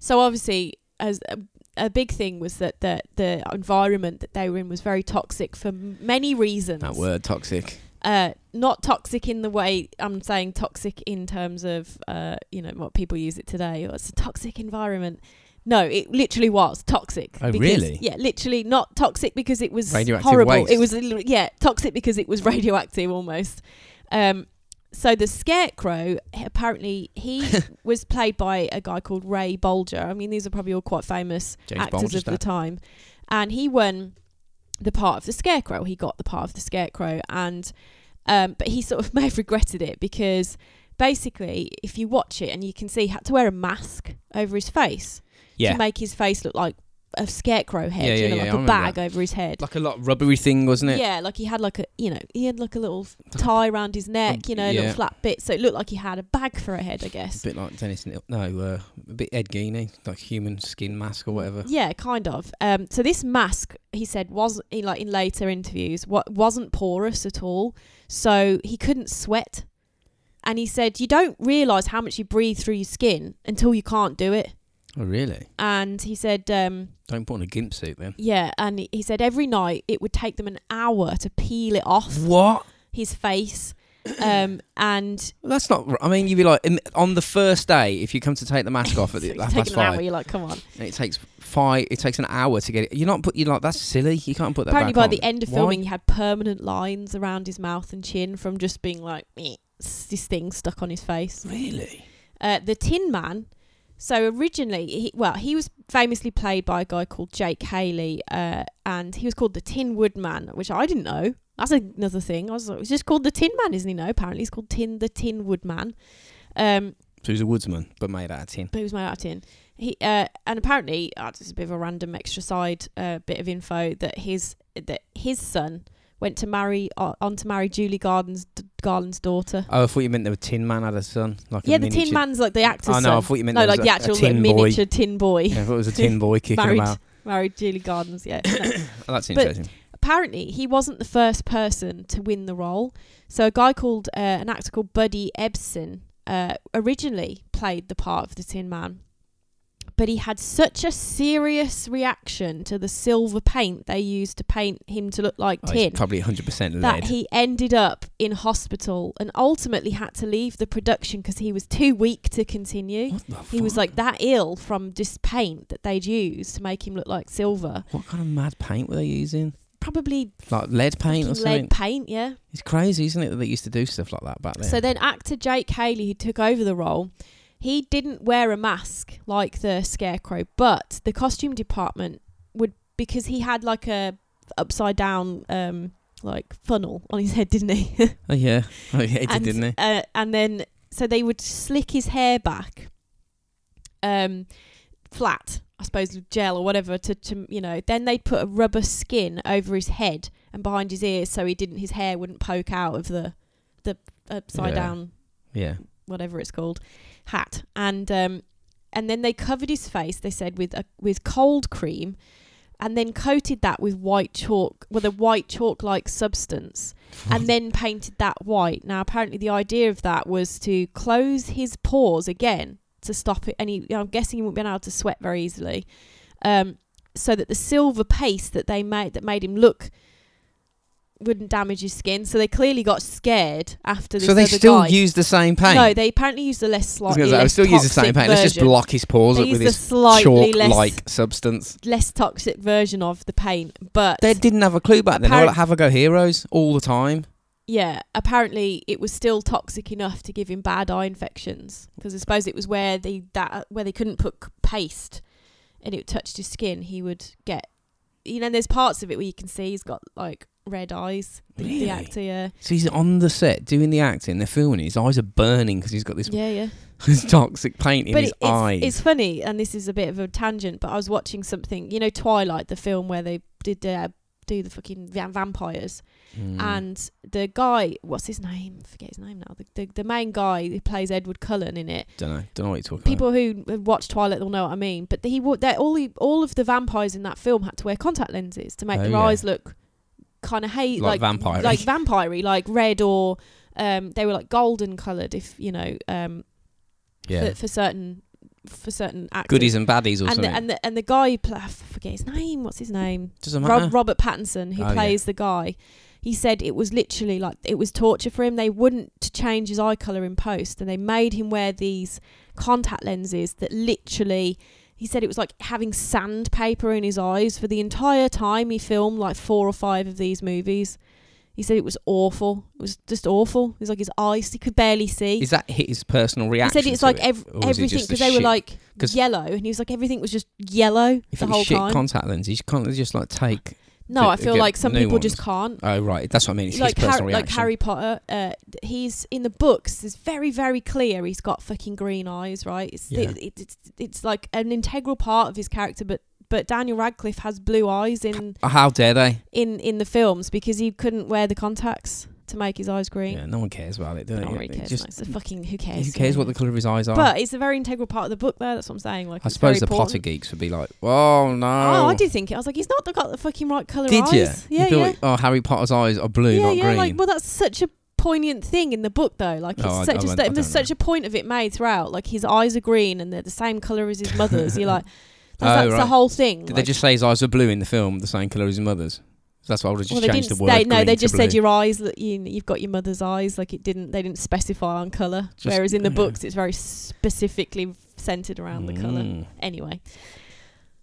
So obviously, as a, a big thing was that the the environment that they were in was very toxic for many reasons.
That word toxic.
uh, not toxic in the way I'm saying toxic in terms of uh, you know what people use it today. Oh, it's a toxic environment. No, it literally was toxic.
Oh,
because-
really?
Yeah, literally not toxic because it was
Radioactive
horrible.
waste.
It was li- yeah toxic because it was <laughs> radioactive almost. Um, so the scarecrow h- apparently
<laughs>
he was played by a guy called Ray Bolger. I mean, these are probably all quite famous
James
actors
Bolger's
of the
dad.
time, and he won the part of the scarecrow. He got the part of the scarecrow, and um, but he sort of <laughs> may have regretted it because basically, if you watch it and you can see, he had to wear a mask over his face
Yeah.
to make his face look like a scarecrow head,
Yeah, yeah,
you know,
yeah, I
like a
remember
bag over his head.
Like a lot of rubbery thing, wasn't it?
Yeah, like he had like a you know he had like a
<laughs>
little tie around his neck, you know, a
Um, yeah.
little flat bit, so it looked like he had a bag for a head, I
A
guess.
bit like Dennis, Nil- no, uh, a bit Ed Gein, like human skin mask or whatever.
Yeah, kind of. Um, so this mask, he said, was he like in later interviews, what wasn't porous at all, so he couldn't sweat. And he said, you don't realize how much you breathe through your skin until you can't do it.
Oh, really?
And he said, um,
Don't put on a gimp suit then.
yeah, and he- he said every night it would take them an hour to peel it off
What?
his face. Um, and
That's not. r- I mean, you'd be like in, on the first day if you come to take the mask off at
<laughs>
the
it's
half
taken
past
an hour,
five.
you're like, come on.
and it takes five. It takes an hour to get it. You're not put. You're like that's silly. You can't put that.
Apparently, by
back
the
on.
end of
Why?
filming, he had permanent lines around his mouth and chin from just being like, "Meh," s- this thing stuck on his face.
Really?
Uh, the Tin Man. So originally, he, well, he was famously played by a guy called Jake Haley, uh, and he was called the Tin Woodman, which I didn't know. That's another thing. I was like, he's just called the Tin Man, isn't he? No, apparently he's called Tin the Tin Woodman. Um,
So he's a woodsman, but made out of tin.
but he was made out of tin. He uh, and apparently, uh, this is a bit of a random extra side uh, bit of info that his that his son went to marry uh, on to marry Julie Garden's d- Garland's daughter.
Oh, I thought you meant the Tin Man had a son. Like
yeah,
a
the Tin
miniature-
Man's like the actor's
Oh no, I
son.
thought you meant
No,
there was
like the
a-
actual
a
like,
tin boy.
miniature tin boy
<laughs> Yeah, I thought it was a tin
<laughs>
boy kicking
Married.
him out.
married Julie
<coughs>
Garden's. Yeah, No.
Oh, that's
But-
interesting.
apparently he wasn't the first person to win the role. So a guy called uh, an actor called Buddy Ebsen uh, originally played the part of the Tin Man, but he had such a serious reaction to the silver paint they used to paint him to look like
Oh,
tin
he's probably 100 percent lead.
that he ended up in hospital and ultimately had to leave the production because he was too weak to continue.
what the
He was like that ill from this paint that they'd used to make him look like silver.
what kind of mad paint were they using?
Probably
Like lead paint or
fucking
something?
lead paint, yeah.
It's crazy, isn't it, that they used to do stuff like that back then?
So then actor Jake Haley, who took over the role, he didn't wear a mask like the scarecrow, but the costume department would because he had like a upside down um like funnel on his head, didn't he? <laughs>
oh yeah, <laughs> oh, yeah, it did,
and,
didn't they?
Uh, and then so they would slick his hair back, um, flat, I suppose, with gel or whatever to, to you know. Then they'd put a rubber skin over his head and behind his ears so he didn't his hair wouldn't poke out of the the upside
Yeah.
down
Yeah.
whatever it's called hat and um and then they covered his face they said with a with cold cream and then coated that with white chalk with a white chalk like substance and then painted that white now apparently the idea of that was to close his pores again to stop it and he, i'm guessing he wouldn't be able to sweat very easily um so that the silver paste that they made that made him look wouldn't damage his skin so they clearly got scared after this
So they
other
still
guy.
use the same paint.
No, they apparently use the less
I was gonna
slightly
say, I
less
still use the same
toxic
paint. Let's just
version.
block his pores
They
up
use
with
the
this
slightly less,
chalk-like substance.
less toxic version of the paint, but
They didn't have a clue back then. They were like, have a go heroes all the time.
yeah, apparently it was still toxic enough to give him bad eye infections because I suppose it was where they that where they couldn't put c- paste and it touched his skin, he would get you know. There's parts of it where you can see he's got like red eyes. the-
Really?
The actor, yeah,
So he's on the set doing the acting. They're filming. it, His eyes are burning because he's got this,
yeah, yeah.
<laughs> this toxic paint in
but
his
it- it's,
eyes.
it's funny, and this is a bit of a tangent, but I was watching something, you know, Twilight, the film where they did uh, do the fucking va- vampires,
Mm.
and the guy, what's his name? forget his name now. The, the the main guy who plays Edward Cullen in it.
don't know. Don't know what you're talking
People who have watched Twilight will know what I mean. But he wa- they all he, all of the vampires in that film had to wear contact lenses to make
Oh,
their
yeah.
eyes look kind of hazy,
Like
like
vampire-y.
like vampire-y, like red or um, they were like golden coloured. If you know, um,
about. Yeah.
for, for certain for certain actors.
Goodies and baddies or
and the,
something.
and the and the guy who pla- I forget his name. What's his name?
Doesn't matter.
Rob, Robert Pattinson, who
Oh, yeah.
plays the guy. He said it was literally like it was torture for him. They wouldn't t- change his eye color in post, and they made him wear these contact lenses that literally. He said it was like having sandpaper in his eyes for the entire time he filmed like four or five of these movies. He said it was awful. It was just awful. It was like his eyes; he could barely see.
is that his personal
He
reaction?
said it's
to
like
it?
ev-
Or was it
everything
just the
because they were
shit-
like
'Cause-
yellow, and he was like everything was just yellow
If
the
it
whole
was shit
time.
contact lenses, you can't just like take.
no, I
to
feel
get
like some
new
people just
ones.
can't.
Oh right, that's what I mean. It's
Like
his
Har-
personal
like
reaction.
Harry Potter, uh, th- he's in the books. It's very very clear he's got fucking green eyes, right? It's
Yeah.
it, it, it's it's like an integral part of his character, but but Daniel Radcliffe has blue eyes in
Oh, How dare they?
in in the films because he couldn't wear the contacts to make his eyes green.
Yeah, no one cares about it, do
No
they?
one really
They
cares.
just-
mate. It's a fucking who cares?
who cares
you
what
know?
the colour of his eyes are?
But it's a very integral part of the book, though. That's what I'm saying. Like,
I
it's very
suppose the
important.
Potter geeks would be like, "Oh no!"
Oh, I did think it. I was like, he's not the- got the fucking right colour
Did you?
eyes. Yeah,
you thought,
yeah.
Oh, Harry Potter's eyes are blue,
yeah,
not
yeah.
green.
Like, well, that's such a poignant thing in the book, though. Like, it's
Oh, I-
such,
I
a
won't-
sta-
I
it was
don't know.
such a point of it made throughout. Like, his eyes are green and they're the same
<laughs>
colour as his mother's. You're like, that's,
Oh,
that's the
right.
whole thing.
Did
like-
they just say his eyes were blue in the film, the same colour as his mother's? So that's why I would have just
well, they
changed
didn't.
the word.
they, no,
green
they
to
just said
blue.
your eyes. Look, you, you've got your mother's eyes. Like it didn't. They didn't specify on color.
Just-
whereas in the
yeah.
books, it's very specifically centered around the color.
Mm,
Anyway,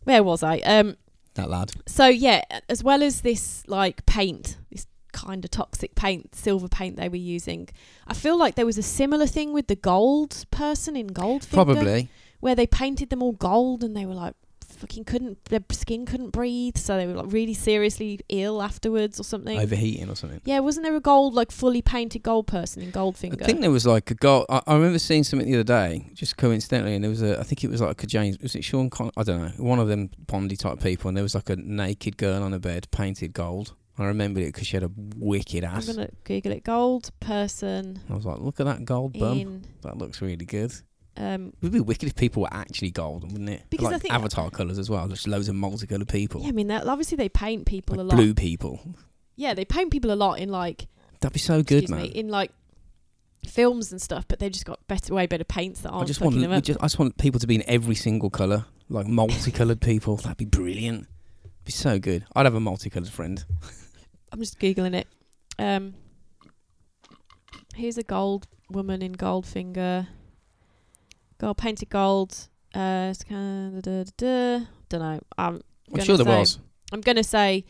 where was I? Um,
That lad.
so yeah, as well as this like paint, this kind of toxic paint, silver paint they were using, I feel like there was a similar thing with the gold person in Goldfinger,
Probably.
where they painted them all gold and they were like fucking couldn't their skin couldn't breathe, so they were like really seriously ill afterwards or something.
Overheating or something.
yeah, wasn't there a gold like fully painted gold person in Goldfinger?
I think there was like a goal. I, I remember seeing something the other day, just coincidentally, and there was a. I think it was like a James. Was it Sean? Con- I don't know. One of them Bondy type people, and there was like a naked girl on a bed, painted gold. I remembered it because she had a wicked
I'm
ass.
gonna Google it. Gold person
I was like, look at that gold bum.
in
That looks really good. It
um
would be wicked if people were actually golden, wouldn't it?
Because I
like
think-
avatar colours as well. Just loads of multicolour people.
yeah, I mean, that, obviously they paint people
Like
a lot.
blue people.
Yeah, they paint people a lot in like
That'd be so good,
excuse
man.
me, in like films and stuff, but they've just got better, way better paints that aren't
I just
fucking
want
them
we
up.
just, I just want people to be in every single color, like multicolored people. That'd be brilliant. Be so good. I'd have a multicolored friend.
I'm just googling it. Um, here's a gold woman in Goldfinger. Gold painted gold. Uh, it's kind of da, da, da. don't know. I'm
I'm
Gonna
sure there
say.
was.
I'm gonna say.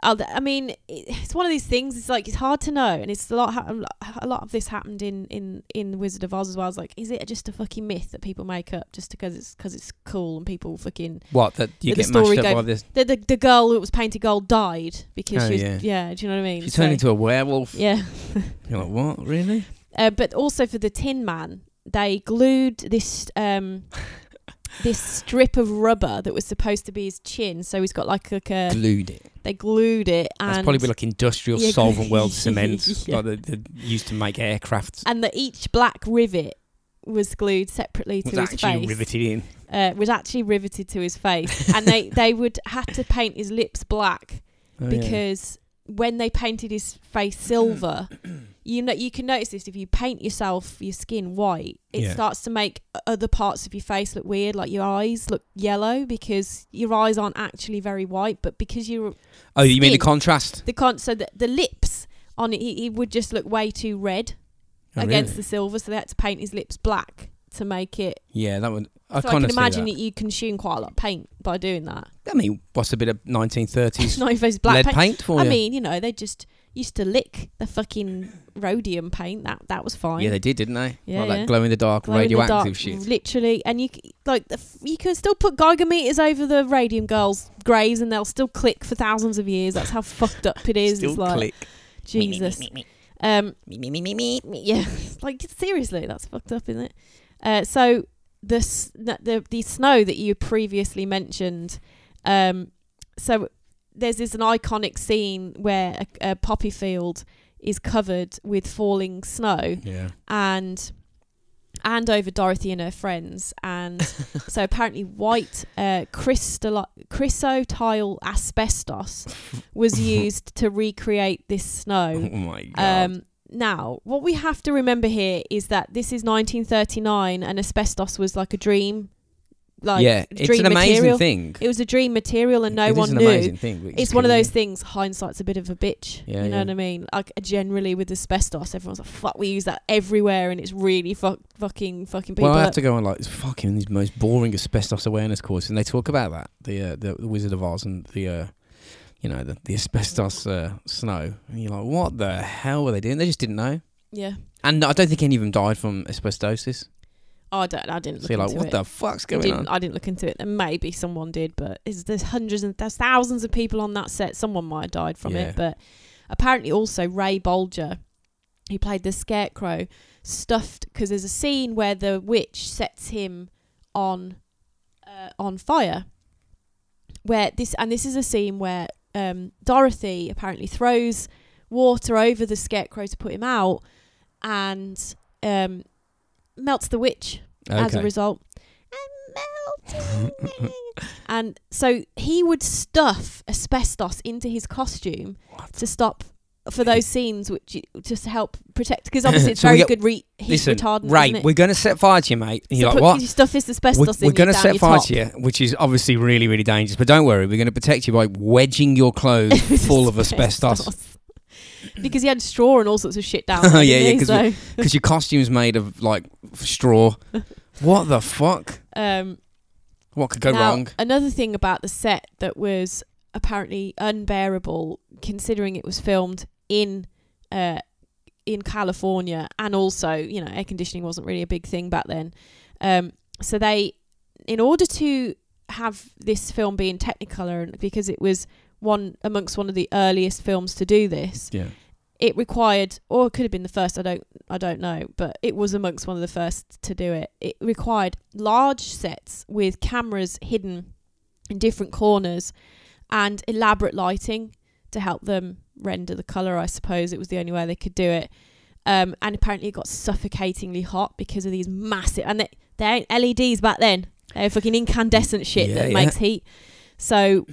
I'll, I mean, it- it's one of these things. It's like it's hard to know, and it's a lot. Ha- a lot of this happened in in in The Wizard of Oz as well. It's like, is it just a fucking myth that people make up just because it's because it's cool and people fucking
What that you
That the
get mashed
story
up
gave-
by this?
the, the the girl who was painted gold died because
Oh,
she was
yeah.
yeah. do you know what I mean?
She turned into
So-
a werewolf.
yeah.
You're like, what? Really?
Uh, but also for the Tin Man, they glued this um this strip of rubber that was supposed to be his chin, so he's got like, like a
Glued it.
they glued it and
That's probably like industrial
Yeah,
solvent <laughs>
glu-
world cement,
Yeah.
like they, they used to make aircraft.
and that each black rivet was glued separately to
was
his
actually
face.
riveted in.
Uh, was actually riveted to his face, and they they would have to paint his lips black
Oh, yeah.
because when they painted his
<clears throat>
face silver, you know you can notice this if you paint yourself your skin white, it
Yeah.
starts to make o- other parts of your face look weird, like your eyes look yellow because your eyes aren't actually very white, but because you're
Oh, you mean the
skin.
contrast?
the con so the, the lips on it, he, he would just look way too red
Oh,
against
really?
the silver, so they had to paint his lips black to make it.
Yeah, that would. I
so I
kind
can
of
imagine
that.
that. you consume quite a lot of paint by doing that.
I mean, what's a bit of
It's
1930s
<laughs> not if it's black
lead
paint.
paint for
I
you?
mean, you know, they just used to lick the fucking rhodium paint. That that was fine.
Yeah, they did, didn't they?
Yeah,
like
yeah.
that glow in the dark
Glow in the
radioactive
dark,
shit.
<laughs> Literally, and you c- like the, f- you can still put Geiger meters over the radium girls' graves, and they'll still click for thousands of years. That's how <laughs> fucked up it is. it's like Jesus. Um, yeah, <laughs> like seriously, that's fucked up, isn't it? Uh, so the s- n- the the snow that you previously mentioned, um, so there's this an iconic scene where a, a poppy field is covered with falling snow,
Yeah.
and and over Dorothy and her friends. And so apparently, white uh, crystal chrysotile asbestos was used to recreate this
Oh
snow.
my god.
Um, now, what we have to remember here is that this is 1939, and asbestos was like a dream, like
yeah, it's
dream
an amazing
material.
thing.
It was a dream material, and no
It is
one
an
knew
amazing thing. but you
it's
just
one of
couldn't-
those things. Hindsight's a bit of a bitch.
Yeah,
you know
yeah.
what I mean? Like generally with asbestos, everyone's like, "Fuck, we use that everywhere," and it's really fuck, fucking fucking people.
Well, I
up.
have to go on like it's fucking these most boring asbestos awareness courses, and they talk about that the uh, the, the Wizard of Oz and the uh, you know the, the asbestos uh, snow, and you're like, what the hell were they doing? They just didn't know,
yeah.
and I don't think any of them died from asbestosis.
Oh, I don't. I didn't.
So
Look
you're like,
into
what
it.
the fuck's
I
going
didn't,
on?
I didn't look into it. And maybe someone did, but is there's hundreds and there's thousands of people on that set. Someone might have died from
Yeah.
it, but apparently also Ray Bolger, who played the Scarecrow, stuffed because there's a scene where the witch sets him on uh, on fire, where this and this is a scene where um, Dorothy apparently throws water over the scarecrow to put him out, and um, melts the witch as a
Okay.
result. I'm
<laughs>
melting. and so he would stuff asbestos into his costume
What?
to stop for those scenes, which you- just to help protect
<laughs>
because obviously it's
So
very
we get-
good re- heat
Listen,
retardant.
right,
isn't it?
we're going to set fire to you, mate. And
So
you're
put
like, what?
your stuff is
We're,
asbestos in
we're going to
you down
set
your
fire
top.
to
<laughs>
you, which is obviously really, really dangerous. But don't worry, we're going to protect you by wedging
<laughs>
your clothes full of asbestos
because he had straw and all sorts of shit
<laughs>
down.
Oh,
there,
yeah,
didn't
yeah,
he?
because your costume's made of like
<laughs>
straw. what the fuck?
So, um,
What could go
Now,
wrong?
Another thing about the set that was apparently unbearable, considering it was filmed in uh, in California, and also you know air conditioning wasn't really a big thing back then. Um, so they, in order to have this film be in Technicolor, and because it was one amongst one of the earliest films to do this,
Yeah.
it required, or it could have been the first. I don't, I don't know, but it was amongst one of the first to do it. It required large sets with cameras hidden in different corners and elaborate lighting to help them render the color. I suppose it was the only way they could do it. Um, and apparently, it got suffocatingly hot because of these massive and they, they ain't LEDs back then. They're fucking incandescent shit
Yeah,
that
yeah.
makes heat. So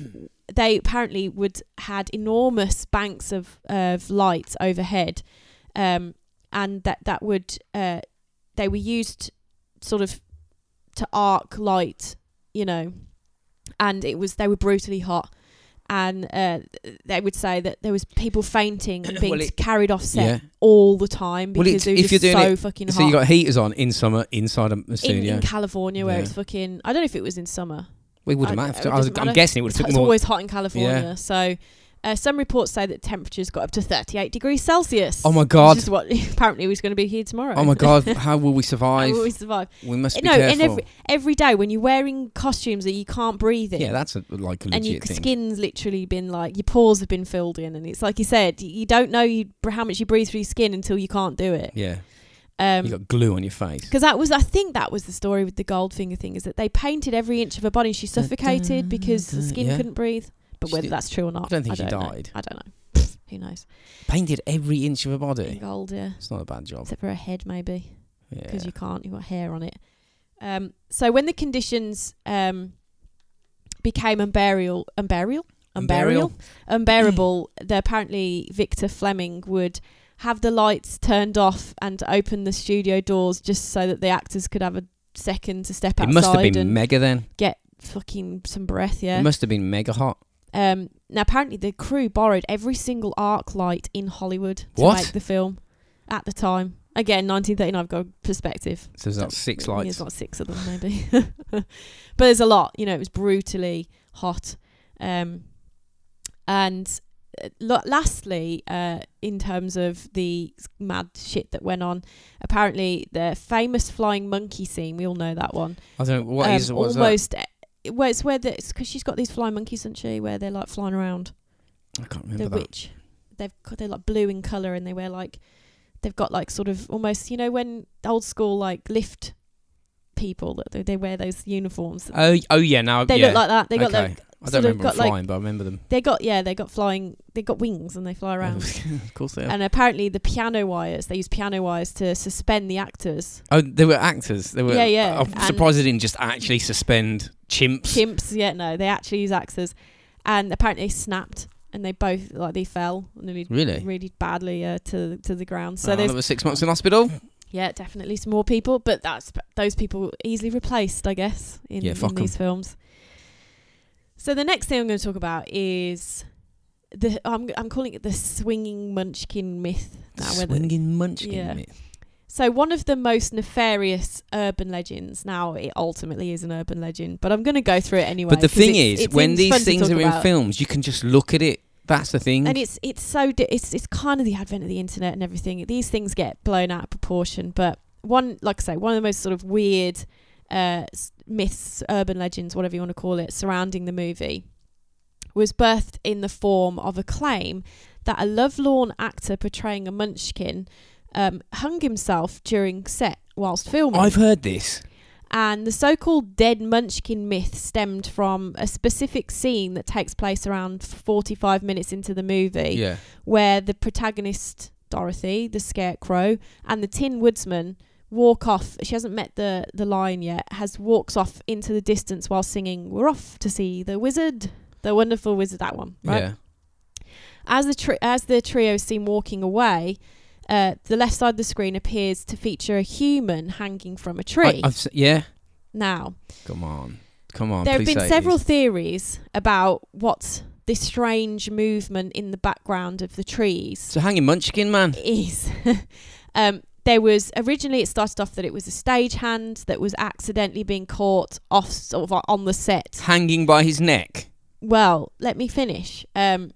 they apparently would had enormous banks of of light overhead, um, and that that would uh, they were used sort of to arc light, you know, and it was they were brutally hot, and uh, they would say that there was people fainting
<coughs>
and being
Well, it-
carried off set
Yeah.
all the time
Well, it's-
because they were
if you're
just
doing
so
it-
fucking
So
hot
you got heaters on in summer inside a a
in,
studio.
in California where
Yeah.
it's fucking I don't know if it was in summer.
we would have
I-
mattered.
it
I was,
doesn't
I'm
matter.
guessing it would
It's,
have took
it's
more.
always hot in California. So uh, some reports say that temperatures got up to 38 degrees Celsius.
Oh my
Which
god!
is what <laughs> apparently was going to be here tomorrow.
Oh my
<laughs>
god! How will we
How
survive?
will we survive?
we must be
No,
careful.
and every every day when you're wearing costumes that you can't breathe in.
yeah, that's a, like a
and your
legit thing.
skin's literally been like your pores have been filled in, and it's like you said, y- you don't know you, how much you breathe through your skin until you can't do it.
yeah,
Um,
you got glue on your face.
because that was, I think that was the story with the Goldfinger thing, is that they painted every inch of her body. She suffocated because the skin
Yeah.
couldn't breathe. But
She
whether
did-
that's true or not,
I don't think she
know.
died.
I
<laughs>
don't know. Who knows?
Painted every inch of her
In
body.
gold, yeah.
It's not a bad job.
Except for her head, maybe,
Yeah.
because you can't. You've got hair on it. Um, so when the conditions um, became unbearable, unbearable,
Unbearable.
unbearable, unbearable, the, apparently Victor Fleming would have the lights turned off and open the studio doors just so that the actors could have a second to step
It
outside.
must have been
and
mega then.
fucking some breath, yeah.
It must have been mega hot.
um, now, apparently, the crew borrowed every single arc light in Hollywood to
What?
make the film at the time. Again, 1939. I've got perspective.
So there's like six
Maybe
lights.
There's not six of them, maybe, <laughs> but there's a lot. You know, it was brutally hot. Um, and uh, lo- lastly, uh, in terms of the mad shit that went on, apparently the famous flying monkey scene. We all know that one
I don't. know What is
um,
what is
almost eh, well, it's where the it's because she's got these flying monkeys, isn't she? Where they're like flying around.
that? I can't
The
remember that.
witch. They've got, they're like blue in color, and they wear like they've got like sort of almost you know when old school like lift people that they, they wear those uniforms.
Oh, oh yeah. Now
They
yeah.
look like that. They got
okay.
like
I
sort
don't
of
remember them
got, like-
flying, but I remember them.
they got yeah they got flying they got wings and they
Oh,
fly around.
<laughs> of course they are.
and apparently the piano wires they use piano wires to suspend
<laughs>
the actors
Oh, they were actors. They were.
Yeah, yeah,
I'm
and-
surprised they didn't just actually suspend chimps.
chimps. Yeah, no, they actually use axes, and apparently they snapped, and they both like they fell really,
Really? Oh,
really badly uh, to to the ground. So
So
there's
they were six months in hospital.
yeah, definitely some more people, but that's those people easily replaced, I guess, in,
Yeah, fuck
in these films. So the next thing I'm going to talk about is the I'm I'm calling it the swinging munchkin myth. Now, whether-
Swinging munchkin.
Yeah.
myth.
so one of the most nefarious urban legends. Now it ultimately is an urban legend, but I'm going to go through it anyway.
But the
'cause
thing
it's-
is,
it's
when
in-
these
fun to
things
talk
are in
about.
films, you can just look at it. That's the thing.
and it's it's so di- it's it's kind of the advent of the internet and everything. These things get blown out of proportion. But one, like I say, one of the most sort of weird uh, s- myths, urban legends, whatever you want to call it, surrounding the movie, was birthed in the form of a claim that a lovelorn actor portraying a munchkin um, hung himself during set whilst filming.
I've heard this.
And the so called dead munchkin myth stemmed from a specific scene that takes place around 45 minutes into the movie,
Yeah.
where the protagonist, Dorothy, the scarecrow, and the Tin Woodsman walk off. She hasn't met the, the lion yet, has walks off into the distance while singing, We're off to see the wizard, the wonderful wizard, that one, right?
Yeah.
As the tri- as the trio is seen walking away, uh, the left side of the screen appears to feature a human hanging from a tree.
I, have yeah.
now,
Come on. Come on.
there have
please
been
say it
several
is.
theories about what this strange movement in the background of the trees
So hanging munchkin, man.
is. <laughs> um, there was originally it started off that it was a stagehand that was accidentally being caught off sort of on the set.
Hanging by his neck.
well, let me finish. Um,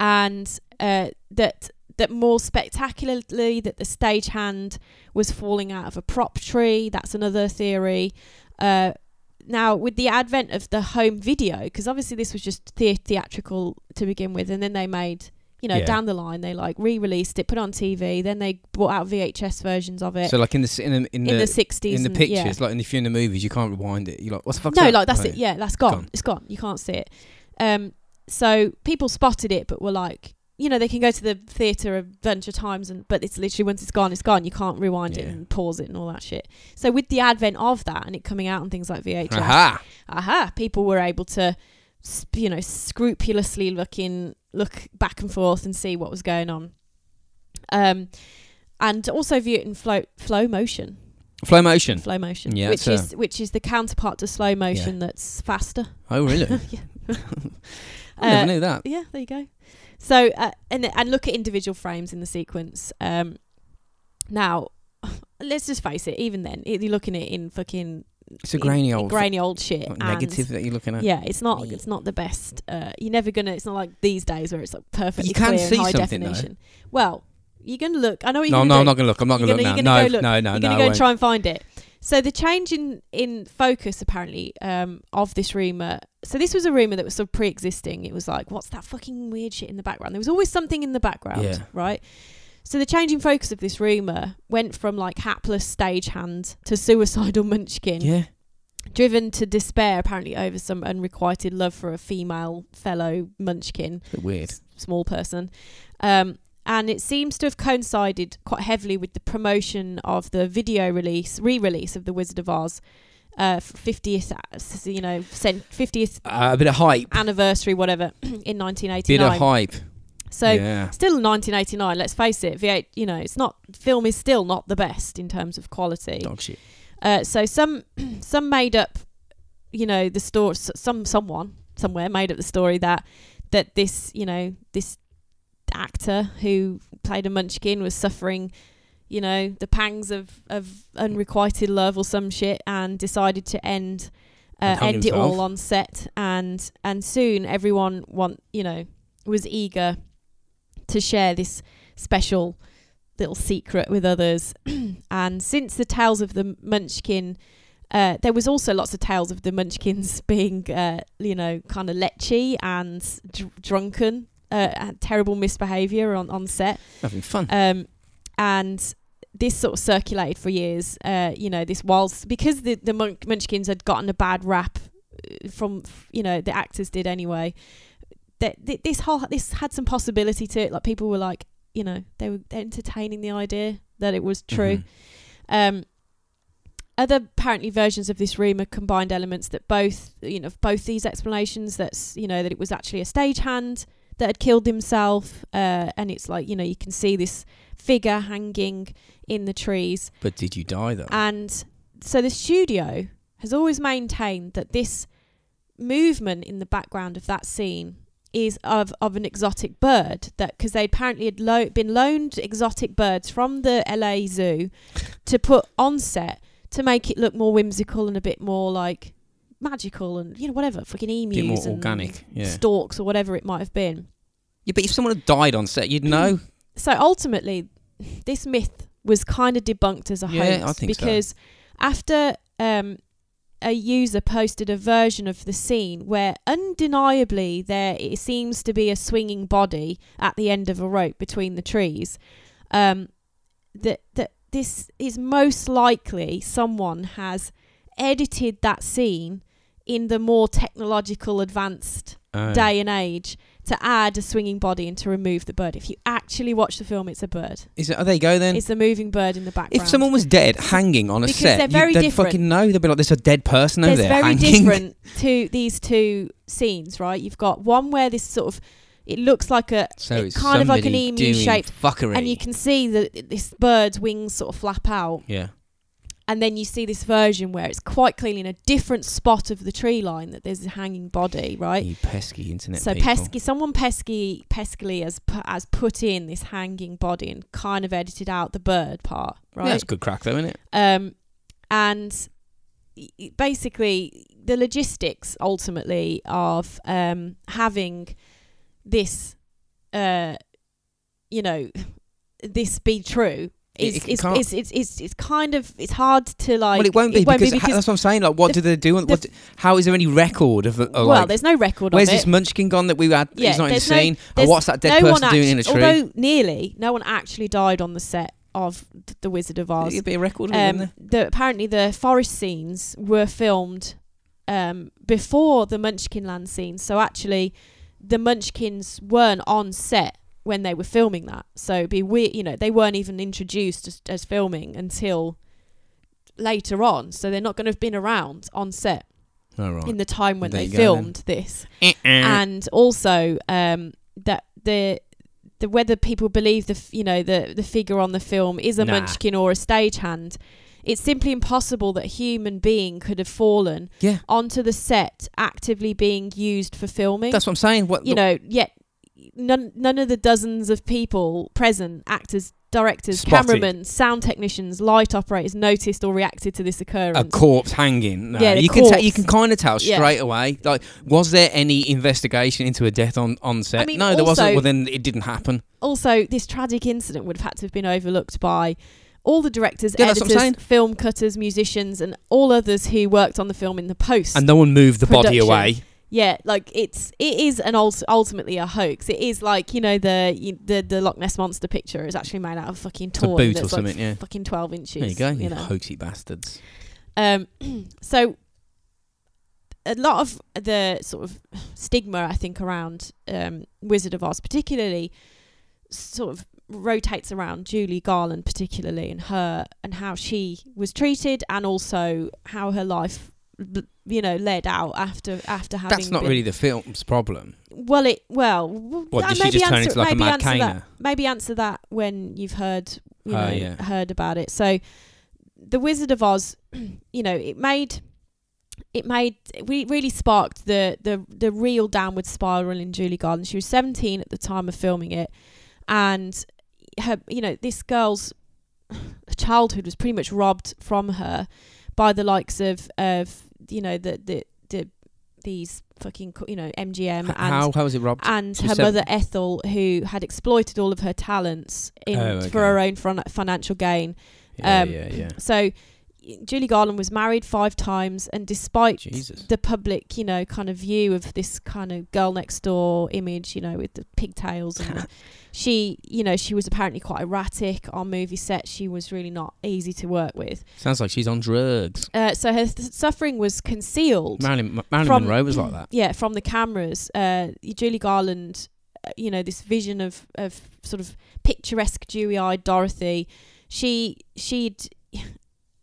and uh, that that more spectacularly that the stagehand was falling out of a prop tree. That's another theory. Uh, now, with the advent of the home video, because obviously this was just the- theatrical to begin with, and then they made, you know,
Yeah.
down the line they like re-released it, put it on TV, then they brought out VHS versions of it
So like in the s- in the in the,
in the sixties,
in the
and-
pictures,
yeah.
like in the, if you're in the movies, you can't rewind it. You're like, what's the fuck?
No, like that's it. Yeah, that's gone.
Gone.
It's gone. You can't see it. Um, so people spotted it, but were like, you know, they can go to the theater a bunch of times, and but it's literally once it's gone, it's gone. You can't rewind it
Yeah.
and pause it and all that shit. So with the advent of that and it coming out on things like VHS,
Aha!
aha, people were able to, sp- you know, scrupulously look in, look back and forth and see what was going on. Um, and also view it in flow flow motion
Flow motion.
flow motion,
Yeah,
which
it's,
is which is the counterpart to slow motion that's faster. <laughs>
Oh really? <laughs>
yeah.
I never
Uh,
knew that.
yeah, there you go. So uh, and and look at individual frames in the sequence. Um, now, <laughs> let's just face it. Even then, it, you're looking at it in fucking
It's a grainy old
grainy old shit.
like,
and-
negative that you're looking at.
Yeah, it's not
Yeah.
it's not the best. Uh, you're never gonna. It's not like these days where it's like perfectly
you can
clear
see
and high
something, though.
definition. Well, you're gonna look. I know what you're
No,
gonna
no,
do.
I'm not gonna look. I'm not
You're
gonna,
gonna- you're
look now.
gonna
No,
go look.
no, no,
You're
no.
going
I
to go and
won't.
try and find it. So the change in in focus apparently um, of this rumor. So this was a rumor that was sort of pre-existing. It was like, what's that fucking weird shit in the background? There was always something in the background,
Yeah.
right? So the change in focus of this rumor went from like hapless stagehand to suicidal <laughs> munchkin,
Yeah.
driven to despair apparently over some unrequited love for a female fellow munchkin
A bit weird.
small person. Um, and it seems to have coincided quite heavily with the promotion of the video release, re-release of The Wizard of Oz, uh, f- 50th, uh, you know, cent- 50th
Uh, a bit of hype.
anniversary, whatever, <clears throat> in
Bit
1989.
of hype.
so
yeah.
still 1989. Let's face it, V8, you know, it's not film is still not the best in terms of quality.
Dog shit.
Uh, so some <clears throat> some made up, you know, the story. Some someone somewhere made up the story that that this you know this actor who played a munchkin was suffering, you know, the pangs of of unrequited love or some shit, and decided to end. Uh,
And hung
end it all
himself.
on set, and and soon everyone want you know was eager to share this special little secret with others. <clears throat> and since the tales of the Munchkin, uh, there was also lots of tales of the Munchkins <laughs> being, uh, you know, kind of lechy and dr- drunken, uh, and terrible misbehaviour on on set.
Having fun.
Um, and this sort of circulated for years. Uh, you know, this whilst because the the Mun- Munchkins had gotten a bad rap uh, from you know the actors did anyway. That th- this whole this had some possibility to it. Like people were like, you know, they were entertaining the idea that it was true.
Mhm.
Um, other apparently versions of this rumor combined elements that both you know both these explanations. That's you know that it was actually a stagehand that had killed himself, uh, and it's like you know you can see this figure hanging in the trees,
But did you die though?
and so the studio has always maintained that this movement in the background of that scene is of, of an exotic bird that because they apparently had lo- been loaned exotic birds from the LA zoo to put on set to make it look more whimsical and a bit more like magical and you know whatever fucking emus
Bit more
and
organic. Yeah.
storks or whatever it might have been
Yeah, but if someone had died on set, you'd know.
Mm. so ultimately, this myth was kind of debunked as a
Yeah,
hoax
I think so.
because after um, a user posted a version of the scene where undeniably there it seems to be a swinging body at the end of a rope between the trees, um, that that this is most likely someone has edited that scene in the more technological, advanced
Oh.
day and age to add a swinging body and to remove the bird. If you actually watch the film, it's a bird.
Is it, oh, there you go then.
It's a moving bird in the background.
If someone was dead hanging on a
Because
set,
they're
you-
very
they'd
different.
fucking know. They'd be like, "There's a dead person over
there's
there
very
hanging." <laughs>
different to these two scenes, right? You've got one where this sort of it looks like a
So
it
it's
kind of like an
somebody
emu
doing
shape,
fuckery.
and you can see that this bird's wings sort of flap out,
yeah.
and then you see this version where it's quite clearly in a different spot of the tree line that there's a hanging body, right?
You pesky internet
So
people.
pesky, someone pesky, peskily has put, has put in this hanging body and kind of edited out the bird part,
Yeah,
right?
that's good crack though, isn't it?
Um, and y- y- basically, the logistics ultimately of um, having this, uh, you know, this be true.
It-
Is,
it
is,
can't-
is, is, is, is kind of it's hard to like
well, it won't be because, ha- that's what I'm saying. Like, what
the-
do they do? on-
the-
what, how is there any record of? the- of
well
like,
there's no record
where's
of it
this munchkin gone that we had?
Yeah,
he's not in the
there's no-
scene. Or
there's
what's that dead person doing in a
actu-
tree?
although nearly no one actually died on the set of th- the Wizard of Oz
It'd be a record, of it, wouldn't
um, the, apparently the forest scenes were filmed um, before the Munchkinland scene. So actually, the Munchkins weren't on set when they were filming that. So it'd be weird, you know, they weren't even introduced as, as filming until later on. So they're not going to have been around on set
Oh, right.
in the time when
There
they
you go then.
filmed this
there?
and also um, that the the whether people believe the f- you know the the figure on the film is a
Nah.
munchkin or a stagehand, it's simply impossible that a human being could have fallen
Yeah.
onto the set actively being used for filming.
That's what I'm saying. What
you know, yet none none of the dozens of people present actors. Directors,
Spotted.
cameramen, sound technicians, light operators noticed or reacted to this occurrence.
a corpse hanging. No,
Yeah, the
you can ta-
corpse.
you can kind of tell
Yeah.
straight away. Like, was there any investigation into a death on on set?
mean,
no, there wasn't.
also-
Well, then it didn't happen.
also this tragic incident would have had to have been overlooked by all the directors,
Yeah, that's what I'm
editors,
saying.
film cutters, musicians, and all others who worked on the film in the post.
And no one moved the body
Production.
away.
yeah, like it's it is an ult- ultimately a hoax. It is like you know the you, the the Loch Ness monster picture is actually made out of fucking
a
torn
boot
that's
or
like
something, yeah.
fucking twelve inches.
There you go, you,
know.
hoaxy bastards.
Um, <clears throat> so a lot of the sort of stigma I think around um, Wizard of Oz, particularly, sort of rotates around Julie Garland, particularly, and her and how she was treated, and also how her life, bl- you know, led out after after having.
That's not
been-
really the film's problem.
Well, it well. w-
What
uh,
did she
maybe
just turn
answer-
into like a
maybe
mad
answer that
caner?
maybe answer that when you've heard you
Oh,
know
yeah.
heard about it. So the Wizard of Oz, <clears throat> you know, it made it made we really sparked the the the real downward spiral in Julie Garland. She was 17 at the time of filming it and her you know this girl's <sighs> childhood was pretty much robbed from her by the likes of of you know the the, the these fucking co- you know MGM Um,
H-
and uh,
How how was it robbed?
and
She
her
said-
mother Ethel, who had exploited all of her talents in,
Oh, okay.
for her own fron- financial gain.
yeah,
um,
yeah, yeah.
So Julie Garland was married five times, and despite
Jesus.
the public, you know, kind of view of this kind of girl next door image, you know, with the pigtails,
<laughs>
and she, you know, she was apparently quite erratic on movie set. She was really not easy to work with.
Sounds like she's
<clears throat>
on drugs.
Uh, so her th- suffering was concealed
Marilyn, Ma- Marilyn
from-
Monroe was
<clears throat>
like that.
yeah, from the cameras, uh, Julie Garland, uh, you know, this vision of of sort of picturesque, dewy-eyed Dorothy. She she'd <sighs>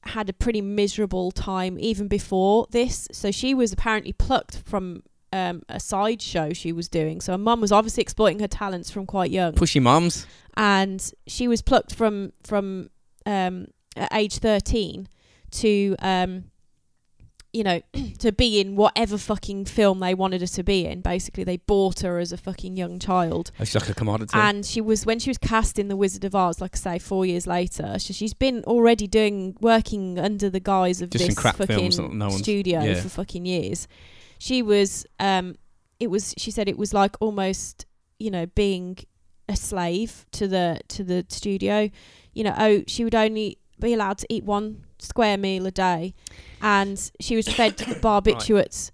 had a pretty miserable time even before this, so she was apparently plucked from um, a sideshow she was doing. So her mum was obviously exploiting her talents from quite young
Pushy mums.
and she was plucked from from um, at age 13 to um, you know <clears throat> to be in whatever fucking film they wanted her to be in basically they bought her as a fucking young child
Oh, she's like a commodity.
and she was when she was cast in the wizard of oz like i say four years later so she's been already doing working under the guise of
Just in
this
crap
fucking
films that no one's-
studio
yeah.
for fucking years she was um it was she said it was like almost you know being a slave to the to the studio you know oh she would only be allowed to eat one square meal a day and she was
<coughs>
fed barbiturates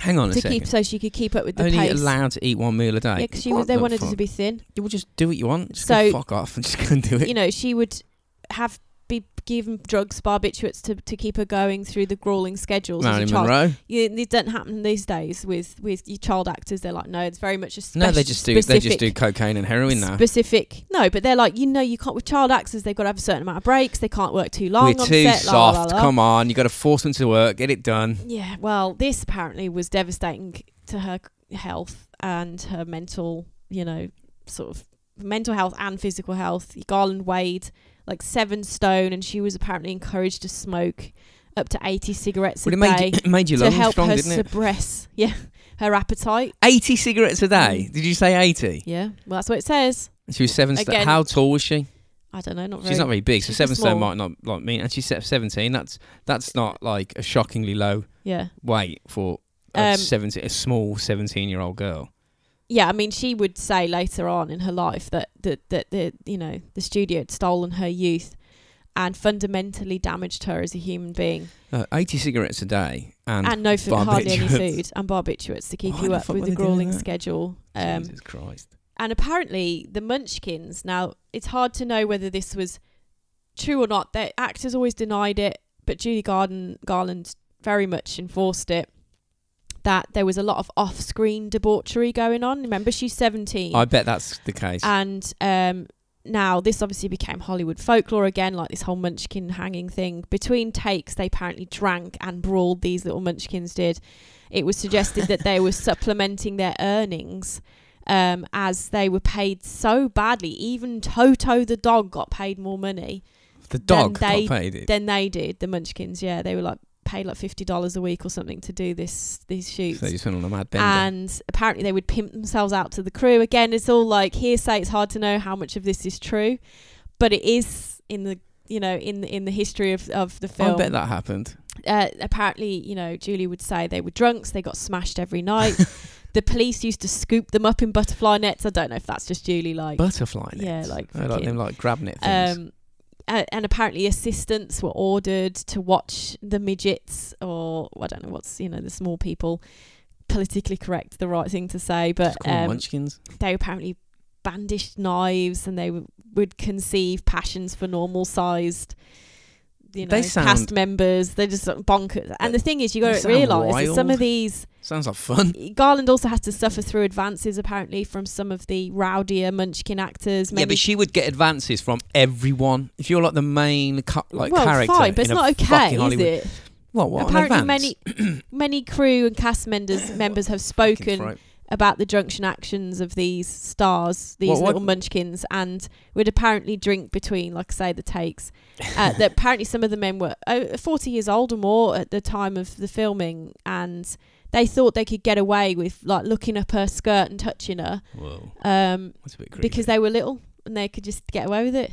Hang on a
to
second.
keep so she could keep up with the
Only
pace
allowed to eat one meal a day.
yeah, 'cause she was,
What
they
the
wanted her
fuck?
to be thin
You will <laughs> just do what you want. Just
So-
go fuck off and just go and do it.
you know she would have be given drugs, barbiturates to, to keep her going through the grueling schedules
Marilyn
as a child.
Monroe.
You, these don't happen these days with with your child actors. They're like, no, it's very much a speci-
No, they just do. They just do cocaine and heroin now.
specific. No, but they're like, you know, you can't with child actors. They've got to have a certain amount of breaks. They can't work too long.
We're
on
too
set,
soft.
la, la, la, la.
Come on, you got to force them to work. Get it done.
Yeah, well, this apparently was devastating to her c- health and her mental, you know, sort of mental health and physical health. Garland weighed like seven stone, and she was apparently encouraged to smoke up to 80 cigarettes
Well,
a
it made
day
<laughs> it made your
to
lungs
help
strong,
her
didn't it?
suppress, <laughs> yeah, her appetite.
80 cigarettes a
Mm.
day. Did you say 80?
Yeah, well, that's what it says.
She was seven. St-
Again-
how tall was she?
I don't know, not very.
She's not very big, so
she's
seven stone
small.
might not like mean. And she's se- 17. That's that's not like a shockingly low
yeah,
weight for a
Um,
17, a small 17 year old girl.
yeah. I mean, she would say later on in her life that that that the you know the studio had stolen her youth and fundamentally damaged her as a human being,
Uh, 80 cigarettes a day and,
and, no food,
<laughs>
hardly any
barbiturates.
food, and barbiturates to keep
Why
you
the
up
fuck
with
were
the
they doing
grueling
that?
schedule. Um,
Jesus Christ.
and apparently, the Munchkins. Now, it's hard to know whether this was true or not. The actors always denied it, but Judy Garden Garland very much enforced it. That there was a lot of off-screen debauchery going on. Remember, she's seventeen.
I bet that's the case.
And um, now this obviously became Hollywood folklore again, like this whole munchkin hanging thing. Between takes, they apparently drank and brawled, these little munchkins did. It was suggested that they were supplementing their earnings. Um, as they were paid so badly, even Toto the dog got paid more money
the dog
then they-
got paid it.
than they did. The Munchkins, yeah, they were like paid like fifty dollars a week or something to do this these shoots.
So they just went on a mad bender.
And apparently they would pimp themselves out to the crew. Again, it's all like hearsay. It's hard to know how much of this is true, but it is in the you know in the, in the history of of the
I
film.
bet that happened.
Uh, apparently, you know, Julie would say they were drunks. They got smashed
<laughs>
every night. the police used to scoop them up in butterfly nets. I don't know if that's just Julie like
Butterfly nets.
yeah, like
I like
fucking-
them like grab net things.
um, a- and apparently assistants were ordered to watch the midgets or I don't know what's you know the small people. Politically correct, the right thing to say, but
Just call them
um,
munchkins.
they apparently bandished knives and they w- would conceive passions for normal sized. You know,
They
cast
sound- Uh,
members, they're just like bonkers. And the thing is, you
They
got to
sound
realise that some
wild.
of these
<laughs> Sounds like
<laughs>
fun.
Garland also has to suffer through advances apparently from some of the rowdier Munchkin actors.
Yeah,
Maybe
but she would get advances from everyone. If you're like the main ca- like
well,
character,
fine, but
in
it's
a
not
fucking
okay, is
Hollywood.
it?
What? What? an
Apparently,
advance?
many <coughs> many crew and
<coughs>
cast members members have
Fucking
spoken
fright.
about the drunken actions of these stars, these
What- what-
little munchkins, and would apparently drink between, like I say, the takes.
<laughs>
Uh, that apparently some of the men were uh, forty years old or more at the time of the filming, and they thought they could get away with like looking up her skirt and touching her
Whoa,
um,
that's a bit creepy.
because they were little and they could just get away with it.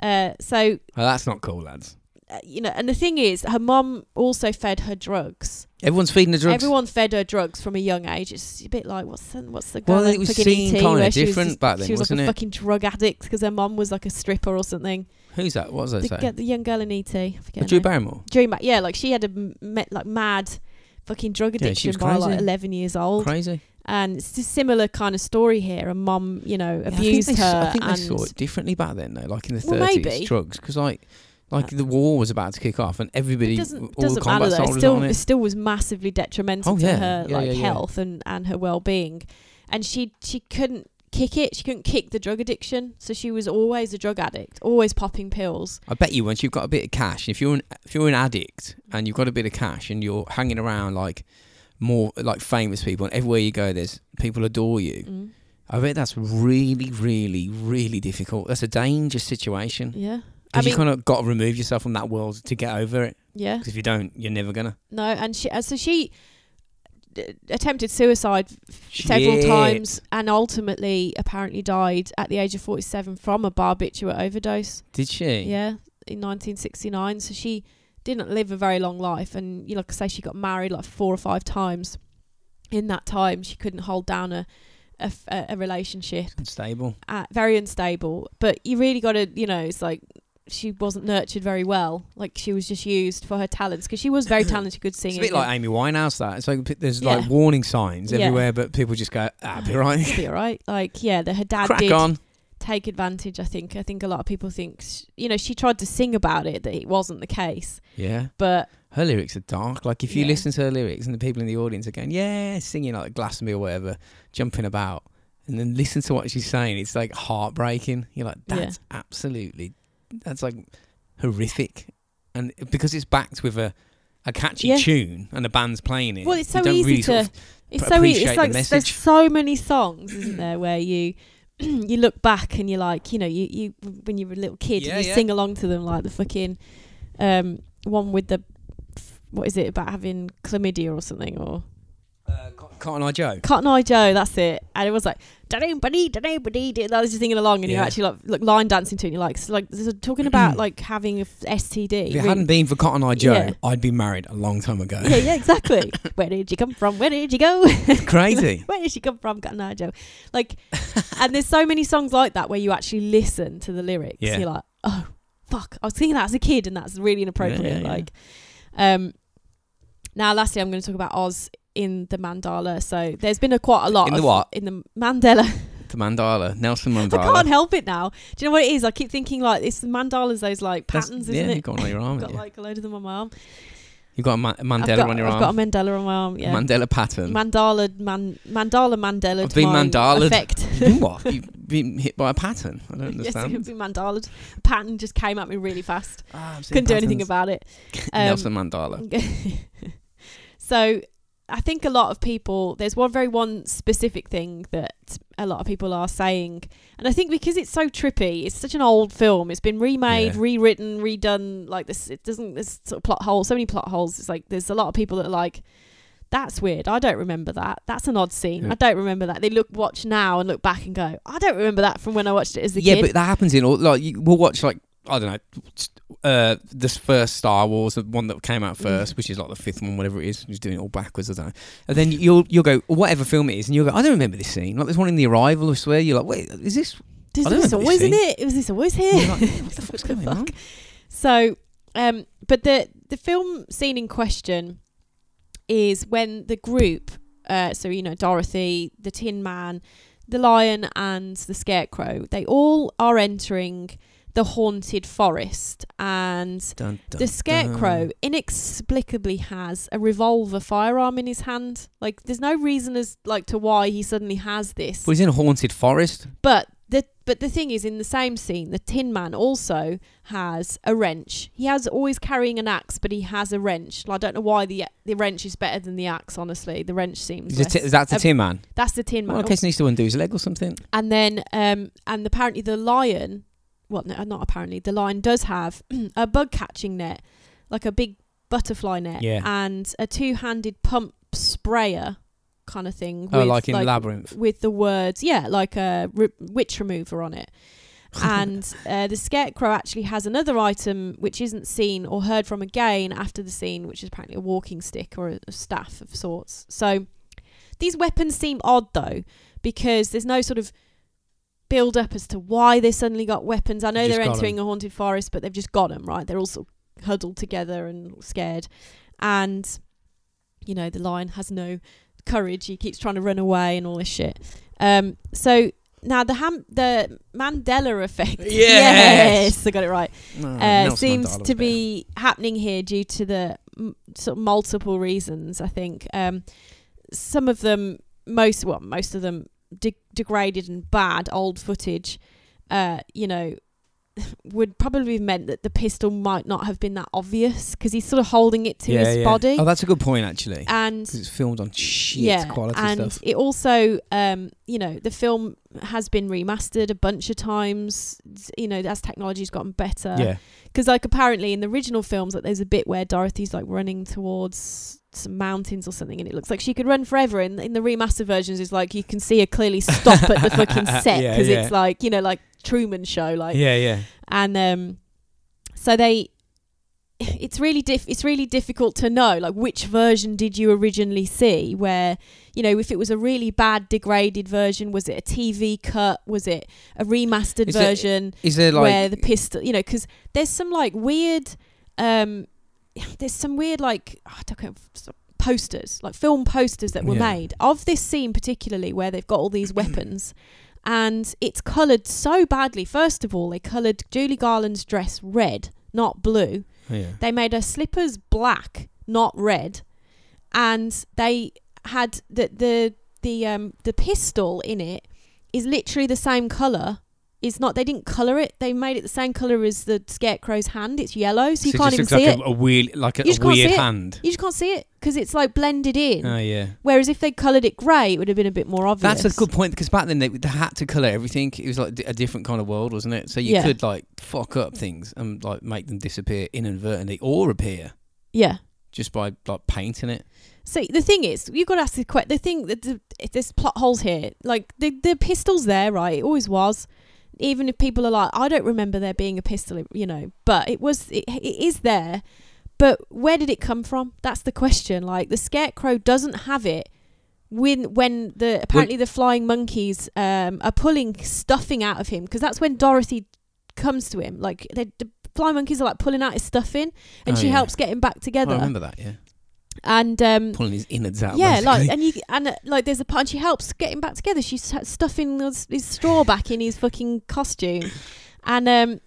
Uh, so
Oh, that's not cool, lads.
uh, you know, and the thing is, her mum also fed her drugs.
Everyone's feeding the drugs.
Everyone fed her drugs from a young age. It's a bit like what's the, what's the girl
Well,
in
it was
fucking
seen
ET
kinda
where she was
different
just-
back then,
She was
wasn't
like a
it?
fucking drug addict because her mum was like a stripper or something.
Who's that? What was I
The,
saying?
g- the young girl in ET, I forget.
Oh,
her
Drew
name.
Barrymore.
Drew Ma- yeah, like she had a m- me- like mad fucking drug
Yeah, she
addiction
was
by like
crazy.
eleven years old,
Crazy.
and it's a similar kind of story here. A mum, you know,
Yeah,
abused
I think they, s-
her
I think they
and
saw it differently back then, though. Like in the
Well,
thirties,
maybe. Uh,
drugs, because like, like the war was about to kick off, and everybody,
It doesn't,
all the
doesn't matter
combat
though. It
soldiers
still,
on
it
it.
still was massively detrimental
Oh,
to
yeah.
her
Yeah,
like
yeah, yeah.
health and and her well being, and she she couldn't kick it. She couldn't kick the drug addiction, so she was always a drug addict, always popping pills.
I bet you once you've got a bit of cash, if you're an if you're an addict and you've got a bit of cash and you're hanging around like more like famous people and everywhere you go there's people adore you.
Mm.
I bet that's really, really, really difficult. That's a dangerous situation.
Yeah, I
Because
mean,
you kind of got to remove yourself from that world to get over it.
yeah,
'Cause if you don't, you're never gonna.
no, and she uh, so she d- attempted suicide several
Shit.
times and ultimately apparently died at the age of 47 from a barbiturate overdose.
Did she?
Yeah, in 1969. So she didn't live a very long life, and you know, like I say, she got married like four or five times. In that time, she couldn't hold down a a, f- a- a relationship.
Unstable.
Uh, very unstable. But you really got to, you know, it's like she wasn't nurtured very well. Like she was just used for her talents because she was
<coughs>
very talented. She could sing.
It's a bit like Amy Winehouse. That it's like p- there's
Yeah.
like warning signs <laughs>
Yeah. <laughs>
everywhere, but people just go, "Ah, be all right,
be all right. Like yeah, the, her dad
crack
did
on."
take advantage. I think. I think a lot of people think. sh you know, she tried to sing about it that it wasn't the case,
Yeah.
but
Her lyrics are dark. Like if you
Yeah.
listen to her lyrics and the people in the audience are going, yeah, singing like Glastonbury or whatever, jumping about, and then listen to what she's saying, it's like heartbreaking. You're like,
Yeah.
that's absolutely, that's like horrific, and because it's backed with a a catchy
Yeah.
tune and the band's playing it.
Well, it's
you
so
don't
easy
really sort
to-
of
it's
But
so e-
appreciate
it's
the
like s- there's
message.
so many songs, isn't there, where you <clears throat> you look back and you're like, you know, you, you when you were a little kid
Yeah,
and you
yeah.
sing along to them like the fucking um one with the what is it about having chlamydia or something or
uh, Cotton- Cotton Eye Joe.
Cotton Eye Joe, that's it. And it was like da da ba dee da da ba dee. That was just singing along, and you're
Yeah.
actually like, like line dancing to it. And you're like, s- like this is talking about
<clears throat>
like having a f-
If
STD.
it
really-
hadn't been for Cotton Eye Joe,
Yeah.
I'd be married a long time ago.
yeah, yeah, exactly. Where did you come from? Where did you go? <laughs>
Crazy.
Where did she come from? Got an eye, Joe. Like, and there's so many songs like that where you actually listen to the lyrics.
Yeah.
You're like, oh, fuck. I was singing that as a kid, and that's really inappropriate.
yeah, yeah.
like, um, now lastly, I'm going to talk about Oz in the mandala. So there's been a quite a lot
In the
of-
what?
in the <laughs> mandala.
The Mandala, Nelson
I
Mandela.
can't help it now. Do you know what it is? I keep thinking like it's the mandalas, those like
That's-
patterns,
yeah,
isn't
You've
it?
got one on your arm.
I've
haven't
got
you?
like a load of them on my arm.
You've got a Ma- Mandela
I've got,
on your
I've
arm.
got a mandala on my arm. Yeah.
Mandela pattern.
Mandala, man, mandala, mandala.
I've been mandala'd. <laughs>
Effect.
You've been
<laughs>
what? You've been hit by a pattern. I don't
yes, it
understand.
could be mandala. Pattern just came at me really fast.
Ah, I've seen
Couldn't do anything
patterns.
about um, it.
Nelson Mandela.
so I think a lot of people, there's one very one specific thing that a lot of people are saying. And I think because it's so trippy, it's such an old film. It's been remade,
Yeah.
rewritten, redone. Like this, it doesn't, there's sort of plot holes, so many plot holes. It's like there's a lot of people that are like, that's weird. I don't remember that. That's an odd scene.
Yeah.
I don't remember that. They look watch now and look back and go, I don't remember that from when I watched it as a
Yeah,
kid.
but that happens in all. Like you, we'll watch like I don't know. Uh, this first Star Wars, the one that came out
Mm.
first, which is like the fifth one, whatever it is, who's doing it all backwards, I don't know. And then you'll you'll go whatever film it is, and you'll go, I don't remember this scene. Like there's one in The Arrival, I swear. You're like, wait, is
<laughs>
this?
Is
I don't
this
remember
always
this
in it? Was this always here?
You're
<laughs>
like, what the fuck's going on?
So, um, but the the film scene in question is when the group, uh, so you know Dorothy, the Tin Man, the Lion, and the Scarecrow, they all are entering the haunted forest, and
Dun, dun,
the Scarecrow inexplicably has a revolver firearm in his hand. Like, there's no reason as like to why he suddenly has this.
Well, he's in a haunted forest.
But the but the thing is, in the same scene, the Tin Man also has a wrench. He has always carrying an axe, but he has a wrench. Like, I don't know why the the wrench is better than the axe. Honestly, the wrench seems.
Is, it,
less-
is that the
uh,
Tin Man?
That's the Tin Man.
Well, in case he needs to undo his leg or something.
And then um and apparently the lion, well no, not apparently the lion does have <clears throat> a bug catching net, like a big butterfly net,
Yeah.
and a two handed pump sprayer kind of thing.
Oh,
with,
like in Labyrinth.
with the words, yeah, like a re- witch remover on
<laughs>
it. and uh, the scarecrow actually has another item which isn't seen or heard from again after the scene, which is apparently a walking stick or a, a staff of sorts. So these weapons seem odd though, because there's no sort of build up as to why they suddenly got weapons. I know
Just
they're
got
entering a haunted forest, but they've just got them, right? They're all sort of huddled together and scared. And, you know, the lion has no courage. He keeps trying to run away and all this shit. Um, so now the ham- the Mandela effect.
Yes!
Yes, I got it right.
No,
Uh,
Oh, Nelson
seems
Mandela was better.
to be happening here due to the m- sort of multiple reasons. I think um, some of them, most well, most of them, de- degraded and bad old footage. Uh, you know, <laughs> would probably have meant that the pistol might not have been that obvious because he's sort of holding it to
Yeah,
his
yeah.
body,
Oh, that's a good point actually.
and
Because it's filmed on shit quality
and
stuff.
it also, um, you know, the film has been remastered a bunch of times. You know, as technology's gotten better.
yeah.
Because like apparently in the original films, like there's a bit where Dorothy's like running towards some mountains or something, and it looks like she could run forever. And in the remaster versions, it's like you can see her clearly stop at the
<laughs>
fucking set
Yeah,
because
yeah.
it's like you know, like Truman Show, like
yeah, yeah.
and um, so they it's really diff it's really difficult to know like which version did you originally see where you know if it was a really bad degraded version was it a tv cut was it a remastered
Is it-
version
Is there like
where the
Oh,
pistol you know because there's some like weird um <sighs> there's some weird like I don't know, s- posters like film posters that were
Yeah. <clears throat>
made of this scene particularly where they've got all these weapons and it's coloured so badly. First of all, they coloured Julie Garland's dress red, not blue.
Yeah.
They made her slippers black, not red, and they had the the the um the pistol in it is literally the same color. It's not. They didn't color it. They made it the same color as the scarecrow's hand. It's yellow, so you can't even
just looks
see
like
it.
A, a weird, like a,
You
a
just can't see
weird
it. Mm.
hand.
you just can't see it because it's like blended in.
Oh yeah.
Whereas if they coloured it grey, it would have been a bit more obvious.
That's a good point because back then they, they had to colour everything. It was like di- a different kind of world, wasn't it? So you
Yeah.
could like fuck up things and like make them disappear inadvertently or appear
Yeah.
just by like painting it.
So the thing is, you've got to ask the question. The thing that the, if there's plot holes here, like the the pistol's there, right? It always was. Even if people are like, I don't remember there being a pistol, you know, but it was, it, it is there. But where did it come from? That's the question. Like the scarecrow doesn't have it when when the apparently the flying monkeys um, are pulling stuffing out of him because that's when Dorothy comes to him. Like they, the flying monkeys are like pulling out his stuffing, and
Oh,
she
yeah.
helps get him back
I
together.
remember that, yeah.
And um,
Pulling his innards out.
yeah, like
basically.
and you and uh, like there's a part and she helps get him back together. She's s- stuffing his, his straw back in his fucking costume, and um,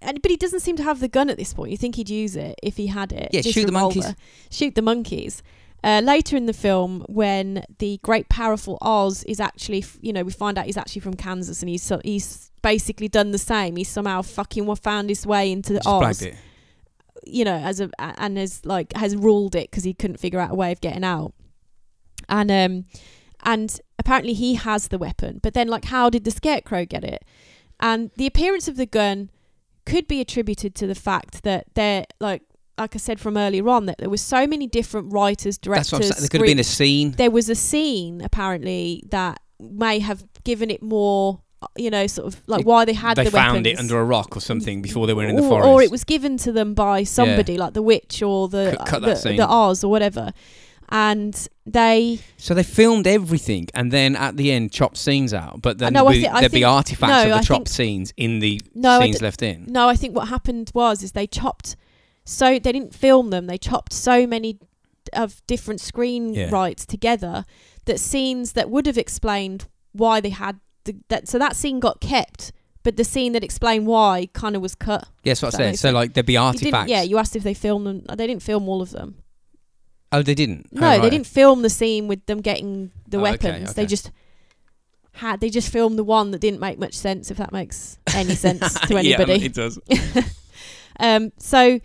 and but he doesn't seem to have the gun at this point. You think he'd use it if he had it?
Yeah,
this
shoot the
revolver.
monkeys.
Shoot the monkeys. Uh, later in the film, when the great powerful Oz is actually, f- you know, we find out he's actually from Kansas, and he's so, he's basically done the same. He's somehow fucking wa- found his way into the
<laughs> Just
Oz
blagged it.
you know, as a and has like has ruled it because he couldn't figure out a way of getting out, and um, and apparently he has the weapon, but then like how did the scarecrow get it? And the appearance of the gun could be attributed to the fact that they're like like I said from earlier on that there was so many different writers, directors,
That's what I'm saying. There could have been a
screen-
scene.
there was a scene apparently that may have given it more, uh, you know, sort of like
It-
why they had
they
the
found
weapons
it under a rock or something before they went in the
or,
forest.
or it was given to them by somebody like the witch or the
Cut- cut that
the,
scene.
the Oz or whatever, and they
so they filmed everything and then at the end chopped scenes out, but then
No, I
with-
thi- I
there'd be
think-
artifacts
no,
of the
I think-
chopped scenes in the
No, I
scenes
d-
left in.
no, I think what happened was is they chopped so they didn't film them. They chopped so many of different screen
Yeah.
rights together that scenes that would have explained why they had the, that so that scene got kept. But the scene that explained why kind of was cut.
Yes, what
Does
I
that
said.
make
So
sense?
like there'd be
You didn't,
artifacts.
yeah, you asked if they filmed them. They didn't film all of them.
oh, they didn't. Oh,
No, they
right.
didn't film the scene with them getting the
Oh, okay,
weapons. They
okay.
just had they just filmed the one that didn't make much sense, if that makes any sense
<laughs>
to
Yeah,
anybody.
it does.
<laughs> um, so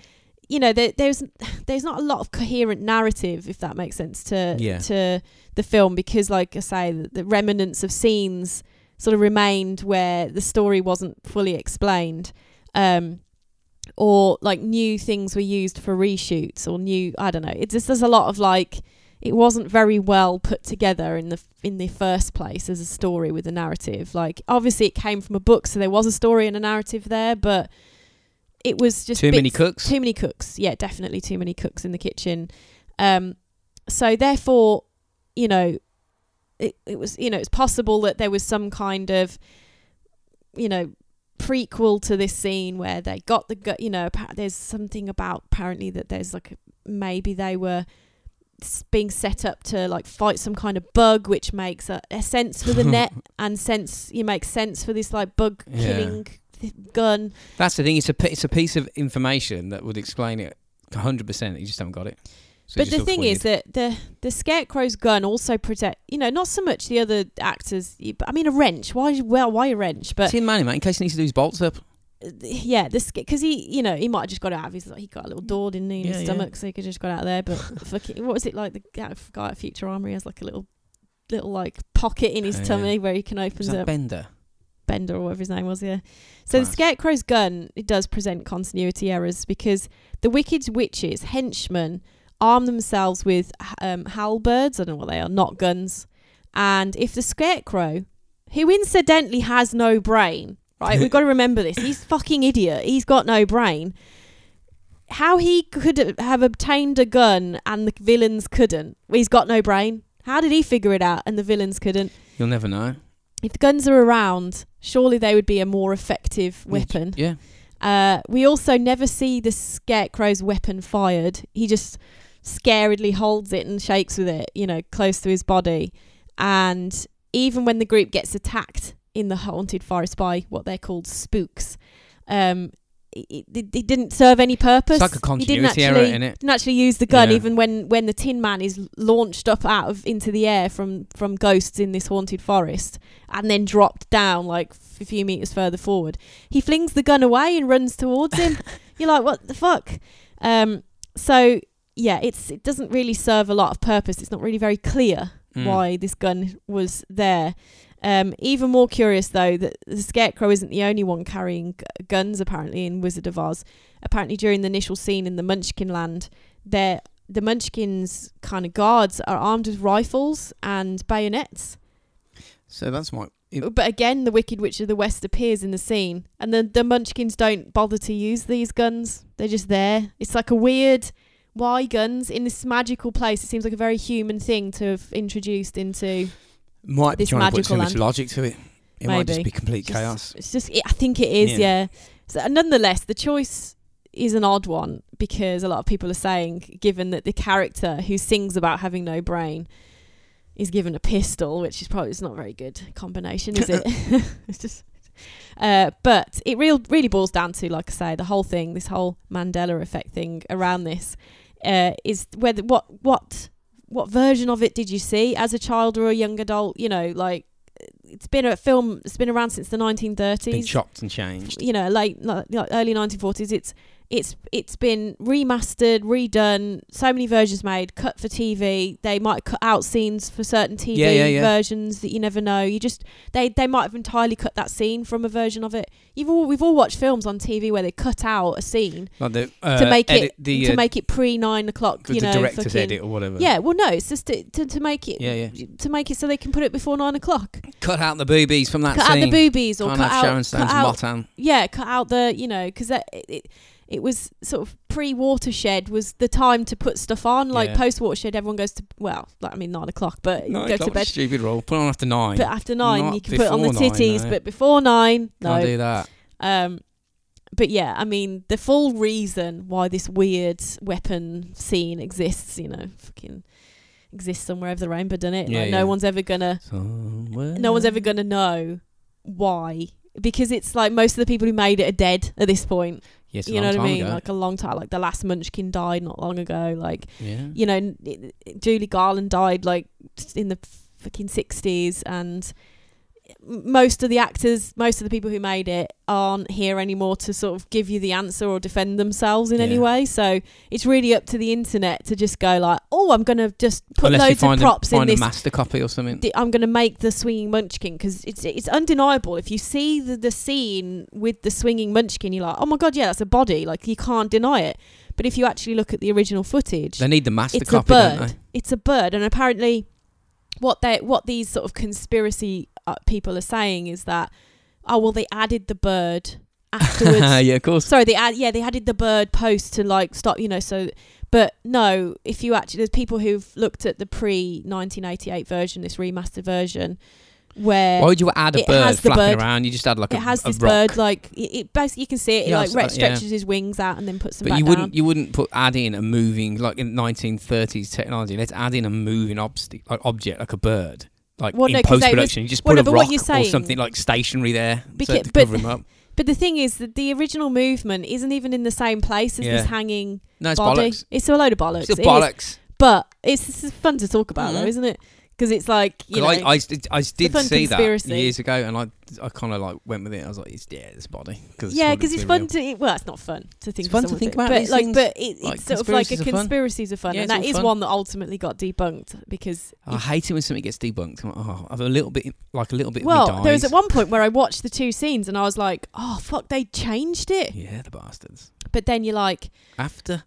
you know, there, there's there's not a lot of coherent narrative, if that makes sense to
Yeah.
to the film, because like I say, the, the remnants of scenes sort of remained where the story wasn't fully explained. Um, or like new things were used for reshoots or new I don't know. It just there's a lot of like it wasn't very well put together in the in the first place as a story with a narrative. Like obviously it came from a book, so there was a story and a narrative there, but it was just
Too many
bits-
cooks.
Too many cooks. Yeah, definitely too many cooks in the kitchen. Um, so therefore, you know, it, it was you know it's possible that there was some kind of you know prequel to this scene where they got the gu- you know appa- there's something about apparently that there's like a- maybe they were s- being set up to like fight some kind of bug which makes a, a sense
<laughs>
for the net and sense you make sense for this like bug
Yeah.
killing th- gun
That's the thing. It's a pi- it's a piece of information that would explain it 100. percent You just haven't got it. So
but
it just
the
looks
thing
weird.
is that the the scarecrow's gun also protect you know not so much the other actors y- but i mean a wrench why well why a wrench but
Tin Manny, mate, in case he needs to do his bolts up.
uh, yeah this because he you know he might have just got it out of his like he got a little door didn't he in
Mm. Yeah,
his
yeah.
stomach so he could just got out of there
<laughs>
but fucking what was it like the guy guy at future armory has like a little little like pocket in his
Oh, yeah.
tummy where he can
Is
open
that
up
Bender?
Bender or whatever his name was, yeah. So the
Class.
Scarecrow's gun it does present continuity errors because the wicked witches henchmen arm themselves with h- um, halberds. I don't know what they are, not guns. And if the Scarecrow, who incidentally has no brain, right? We've got to remember this. He's fucking idiot. He's got no brain. How he could have obtained a gun and the villains couldn't? He's got no brain. How did he figure it out and the villains couldn't?
You'll never know.
if the guns are around, surely they would be a more effective weapon.
Yeah.
Uh, we also never see the scarecrow's weapon fired. He just scaredly holds it and shakes with it, you know, close to his body. And even when the group gets attacked in the haunted forest by what they're called spooks, um, it, it, it didn't serve any purpose.
It's like a
he didn't
continuity error,
actually,
in it?
didn't actually use the gun,
Yeah.
even when when the Tin Man is launched up out of into the air from from ghosts in this haunted forest, and then dropped down like f- a few meters further forward. He flings the gun away and runs towards him. You're like, what the fuck? Um, so yeah, it's it doesn't really serve a lot of purpose. It's not really very clear
Mm.
Mm.
why this gun was there. Um, even more curious though that the Scarecrow isn't the only one carrying g- guns apparently in Wizard of Oz. Apparently during the initial scene in the Munchkin Land, there the Munchkins kind of guards are armed with rifles and bayonets.
So that's why. it-
But again, the Wicked Witch of the West appears in the scene, and the the Munchkins don't bother to use these guns. They're just there. It's like a weird. Why guns in this magical place? It seems like a very human thing to have introduced into
might be
This
trying to put
magical
too much
land.
logic to it. It might just be
Maybe.
complete
Just-
chaos.
It's just, it, I think it is,
Yeah.
yeah. So, nonetheless, the choice is an odd one because a lot of people are saying, given that the character who sings about having no brain is given a pistol, which is probably it's not a very good combination,
<laughs>
is it? <laughs> it's just. Uh, but it real, really boils down to, like I say, the whole thing, this whole Mandela effect thing around this, uh, is whether what what what version of it did you see as a child or a young adult? You know, like it's been a film it's been around since the 1930s
Been chopped and changed.
you know late like, like early 1940s it's it's it's been remastered redone so many versions made cut for tv they might cut out scenes for certain tv
Yeah, yeah, yeah.
versions that you never know you just they they might have entirely cut that scene from a version of it you've all we've all watched films on tv where they cut out a scene
Like the, uh,
to make
edit,
it
the,
to
uh,
make it pre nine o'clock
the,
you know
director's
fucking-
edit or whatever.
yeah well no it's just to, to, to make it
Yeah, yeah.
to make it so they can put it before nine o'clock
Cut out the boobies from that
cut
scene.
out the boobies or
Can't
cut
have Sharon
out,
Stone's
cut out <laughs>
motto.
yeah, cut out the you know because it, it it was sort of pre watershed was the time to put stuff on. Like
Yeah.
post watershed, everyone goes to well, like, I mean nine o'clock, but
No,
go
that
to
was a
bed.
stupid rule. Put on after nine.
But uh, after nine,
Not
you can put on the
before nine,
titties.
no.
But before nine,
Can't
no.
do that.
Um, but yeah, I mean the full reason why this weird weapon scene exists, you know, fucking exists somewhere over the rainbow, doesn't it?
Yeah,
like
yeah.
no one's ever gonna no one's ever gonna know why because it's like most of the people who made it are dead at this point
Yes,
you know what I mean? Like a long time, like the last Munchkin died not long ago. Like
yeah.
you know, n- it- it- Julie Garland died like in the fucking sixties, and m- most of the actors, most of the people who made it, aren't here anymore to sort of give you the answer or defend themselves in any
Yeah.
way. So it's really up to the internet to just go like, oh, I'm gonna just put
Unless you
loads of
find,
props
a,
in
find
this
a master copy or something.
di- I'm going to make the swinging munchkin because it's it's undeniable. If you see the, the scene with the swinging munchkin, you're like, oh my god, yeah, that's a body. Like you can't deny it. But if you actually look at the original footage,
They need the master
it's a
copy, don't
bird.
they?
It's a bird, and apparently, what they what these sort of conspiracy uh, people are saying is that oh well, they added
<laughs>
the bird afterwards
yeah, of course.
Sorry, they add yeah they added the bird post to like stop you know so but no if you actually there's people who've looked at the pre 1988 version this remastered version where
Why would you add a
it
bird
has the
flapping
bird-
around? You just add like
it
a,
has
a
this
rock.
bird like it, it basically you can see it, it
Yeah,
like
so- yeah.
re- stretches his wings out and then puts them
But
back
you
down.
wouldn't you wouldn't put add in a moving like in 1930s technology. Let's add in a moving obst- like object like a bird. Like
Well,
in
no, 'cause
post
they was-
production, you just put
well, no,
a
but what
rock
you're
or
saying-
something like stationary there so
Beca-
to
but-
cover him up.
but the thing is that the original movement isn't even in the same place as
Yeah.
this hanging
No, it's
body.
bollocks.
It's a load of bollocks.
Still
It is.
bollocks.
But it's, it's fun to talk about
Mhm.
though, isn't it? Because it's like you
'Cause
know.
I, I, did- I did
fun
see
conspiracy.
that years ago, and I I kind of like went with it. I was like, it's, yeah, it's body. Cause
yeah,
because
because it's fun to e, well, it's not fun to think.
It's fun to
of someone's
think
doing-
about
but
these
like,
things.
but it,
Like,
it's sort of like a
conspiracies are fun.
conspiracies are fun,
Yeah,
and
it's
that
all
is
fun.
one that ultimately got debunked because.
I hate it when something gets debunked. I'm like, oh, I've a little bit, like a little bit. of me
well, there was
dies.
at one point where I watched the two scenes and I was like, "Oh fuck, they changed it."
Yeah, the bastards.
But then you're like,
After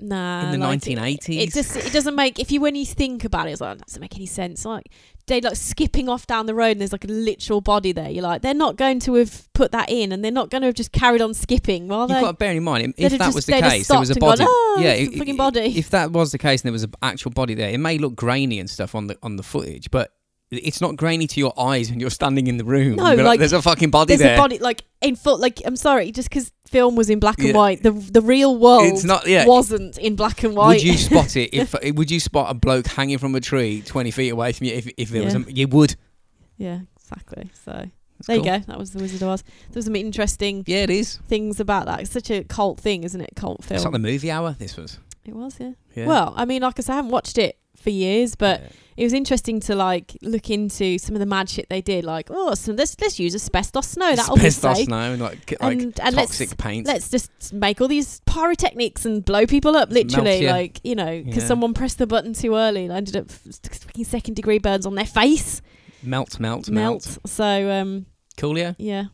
"Nah."
in the
like,
1980s,
It just it doesn't make if you when you think about it, it's like that doesn't make any sense. Like they like skipping off down the road and there's like a literal body there. You're like, they're not going to have put that in, and they're not going to have just carried on skipping, are
You've
they?
got to bear in mind
They'd
if
have
that
just-
was the
they'd have
case, there was a
stopped and
body.
gone, "Oh,
yeah,
it's a
i-
fucking
i-
body."
If that was the case and there was an actual body there, it may look grainy and stuff on the on the footage, but it's not grainy to your eyes when you're standing in the room.
No,
You'll be
like,
there's a fucking body
there's
there.
a body like in full like i'm sorry just because film was in black and
Yeah.
white the the real world
It's not. Yeah.
wasn't in black and white
Would you spot it if? would you spot a bloke hanging from a tree twenty feet away from you if, if there was
Yeah.
a? You would.
<laughs> Yeah, exactly. So there you go. That was the Wizard of Oz. There was some interesting
Yeah, it is.
things about that. It's such a cult thing, isn't it? Cult film.
It's like the movie hour. This was.
it was, yeah.
Yeah.
Well, I mean, like I said, I haven't watched it for years, but it was interesting to like look into some of the mad shit they did. Like, oh, so let's let's use asbestos snow. That'll be
pissed
safe.
off now, like c- like
And- and let's-
toxic paint.
Let's just make all these pyrotechnics and blow people up,
Melt
literally.
ya.
Like, you know, because
Yeah.
someone pressed the button too early and ended up fucking second degree burns on their face.
melt, melt, melt,
So, um,
Coolio.
yeah.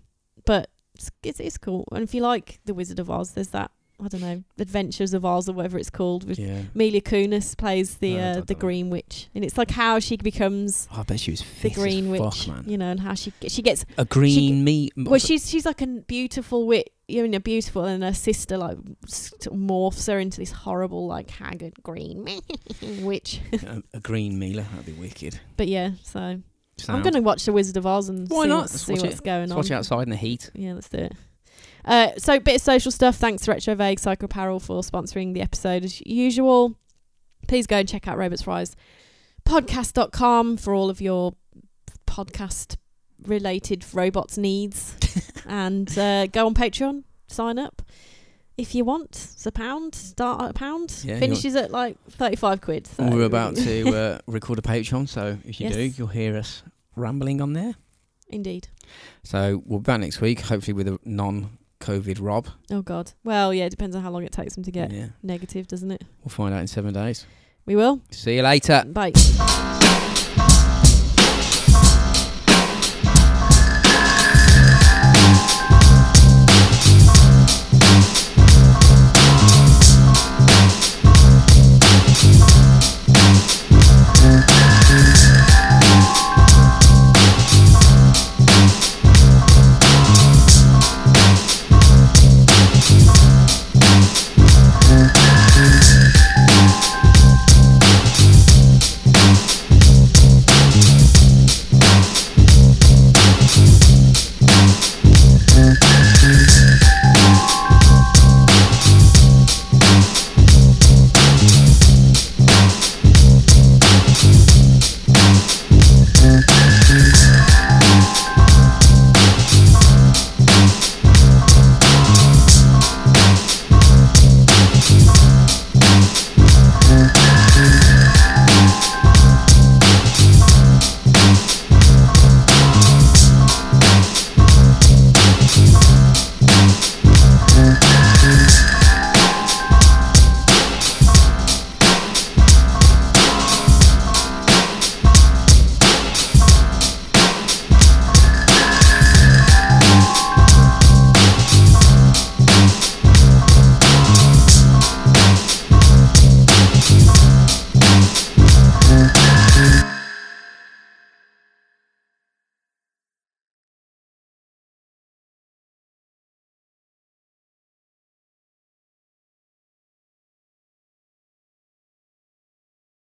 But it's, it's, it's cool. And if you like The Wizard of Oz, there's that, I don't know, Adventures of Oz or whatever it's called. With
Yeah.
Mila Kunis plays the
No, I
uh,
don't
the
know.
Green Witch. And it's like how she becomes
Oh, I bet she was
the
fit
Green
as
Witch,
fuck, man.
you know, and how she she gets
A green meat.
well, she's she's like a beautiful wit, you know, beautiful, and her sister like s- morphs her into this horrible, like haggard green <laughs> witch. <laughs>
a, a green mealer. That'd be wicked.
But yeah, so I'm
Sound.
gonna watch The Wizard of Oz and
Why
see,
not?
what-
Let's
see
watch
what's
it.
going
Let's
on.
watch it outside in the heat.
Yeah, let's do it. Uh, so, bit of social stuff. Thanks to Retro Vague Psycho Apparel for sponsoring the episode as usual. Please go and check out Roberts Rise podcast.com for all of your podcast related robots
<laughs>
needs. and uh, go on Patreon, sign up if you want. It's a pound, start at a pound,
Yeah, you
finishes at like 35 quid. so-
We're about to
<laughs>
uh, record a Patreon, so if you do,
Yes.
you'll hear us rambling on there.
Indeed.
So we'll be back next week, hopefully with a non-COVID Rob.
Oh, God. Well, yeah, it depends on how long it takes them to get negative, doesn't it?
We'll find out in seven days.
We will.
See you later.
Bye.
Bye.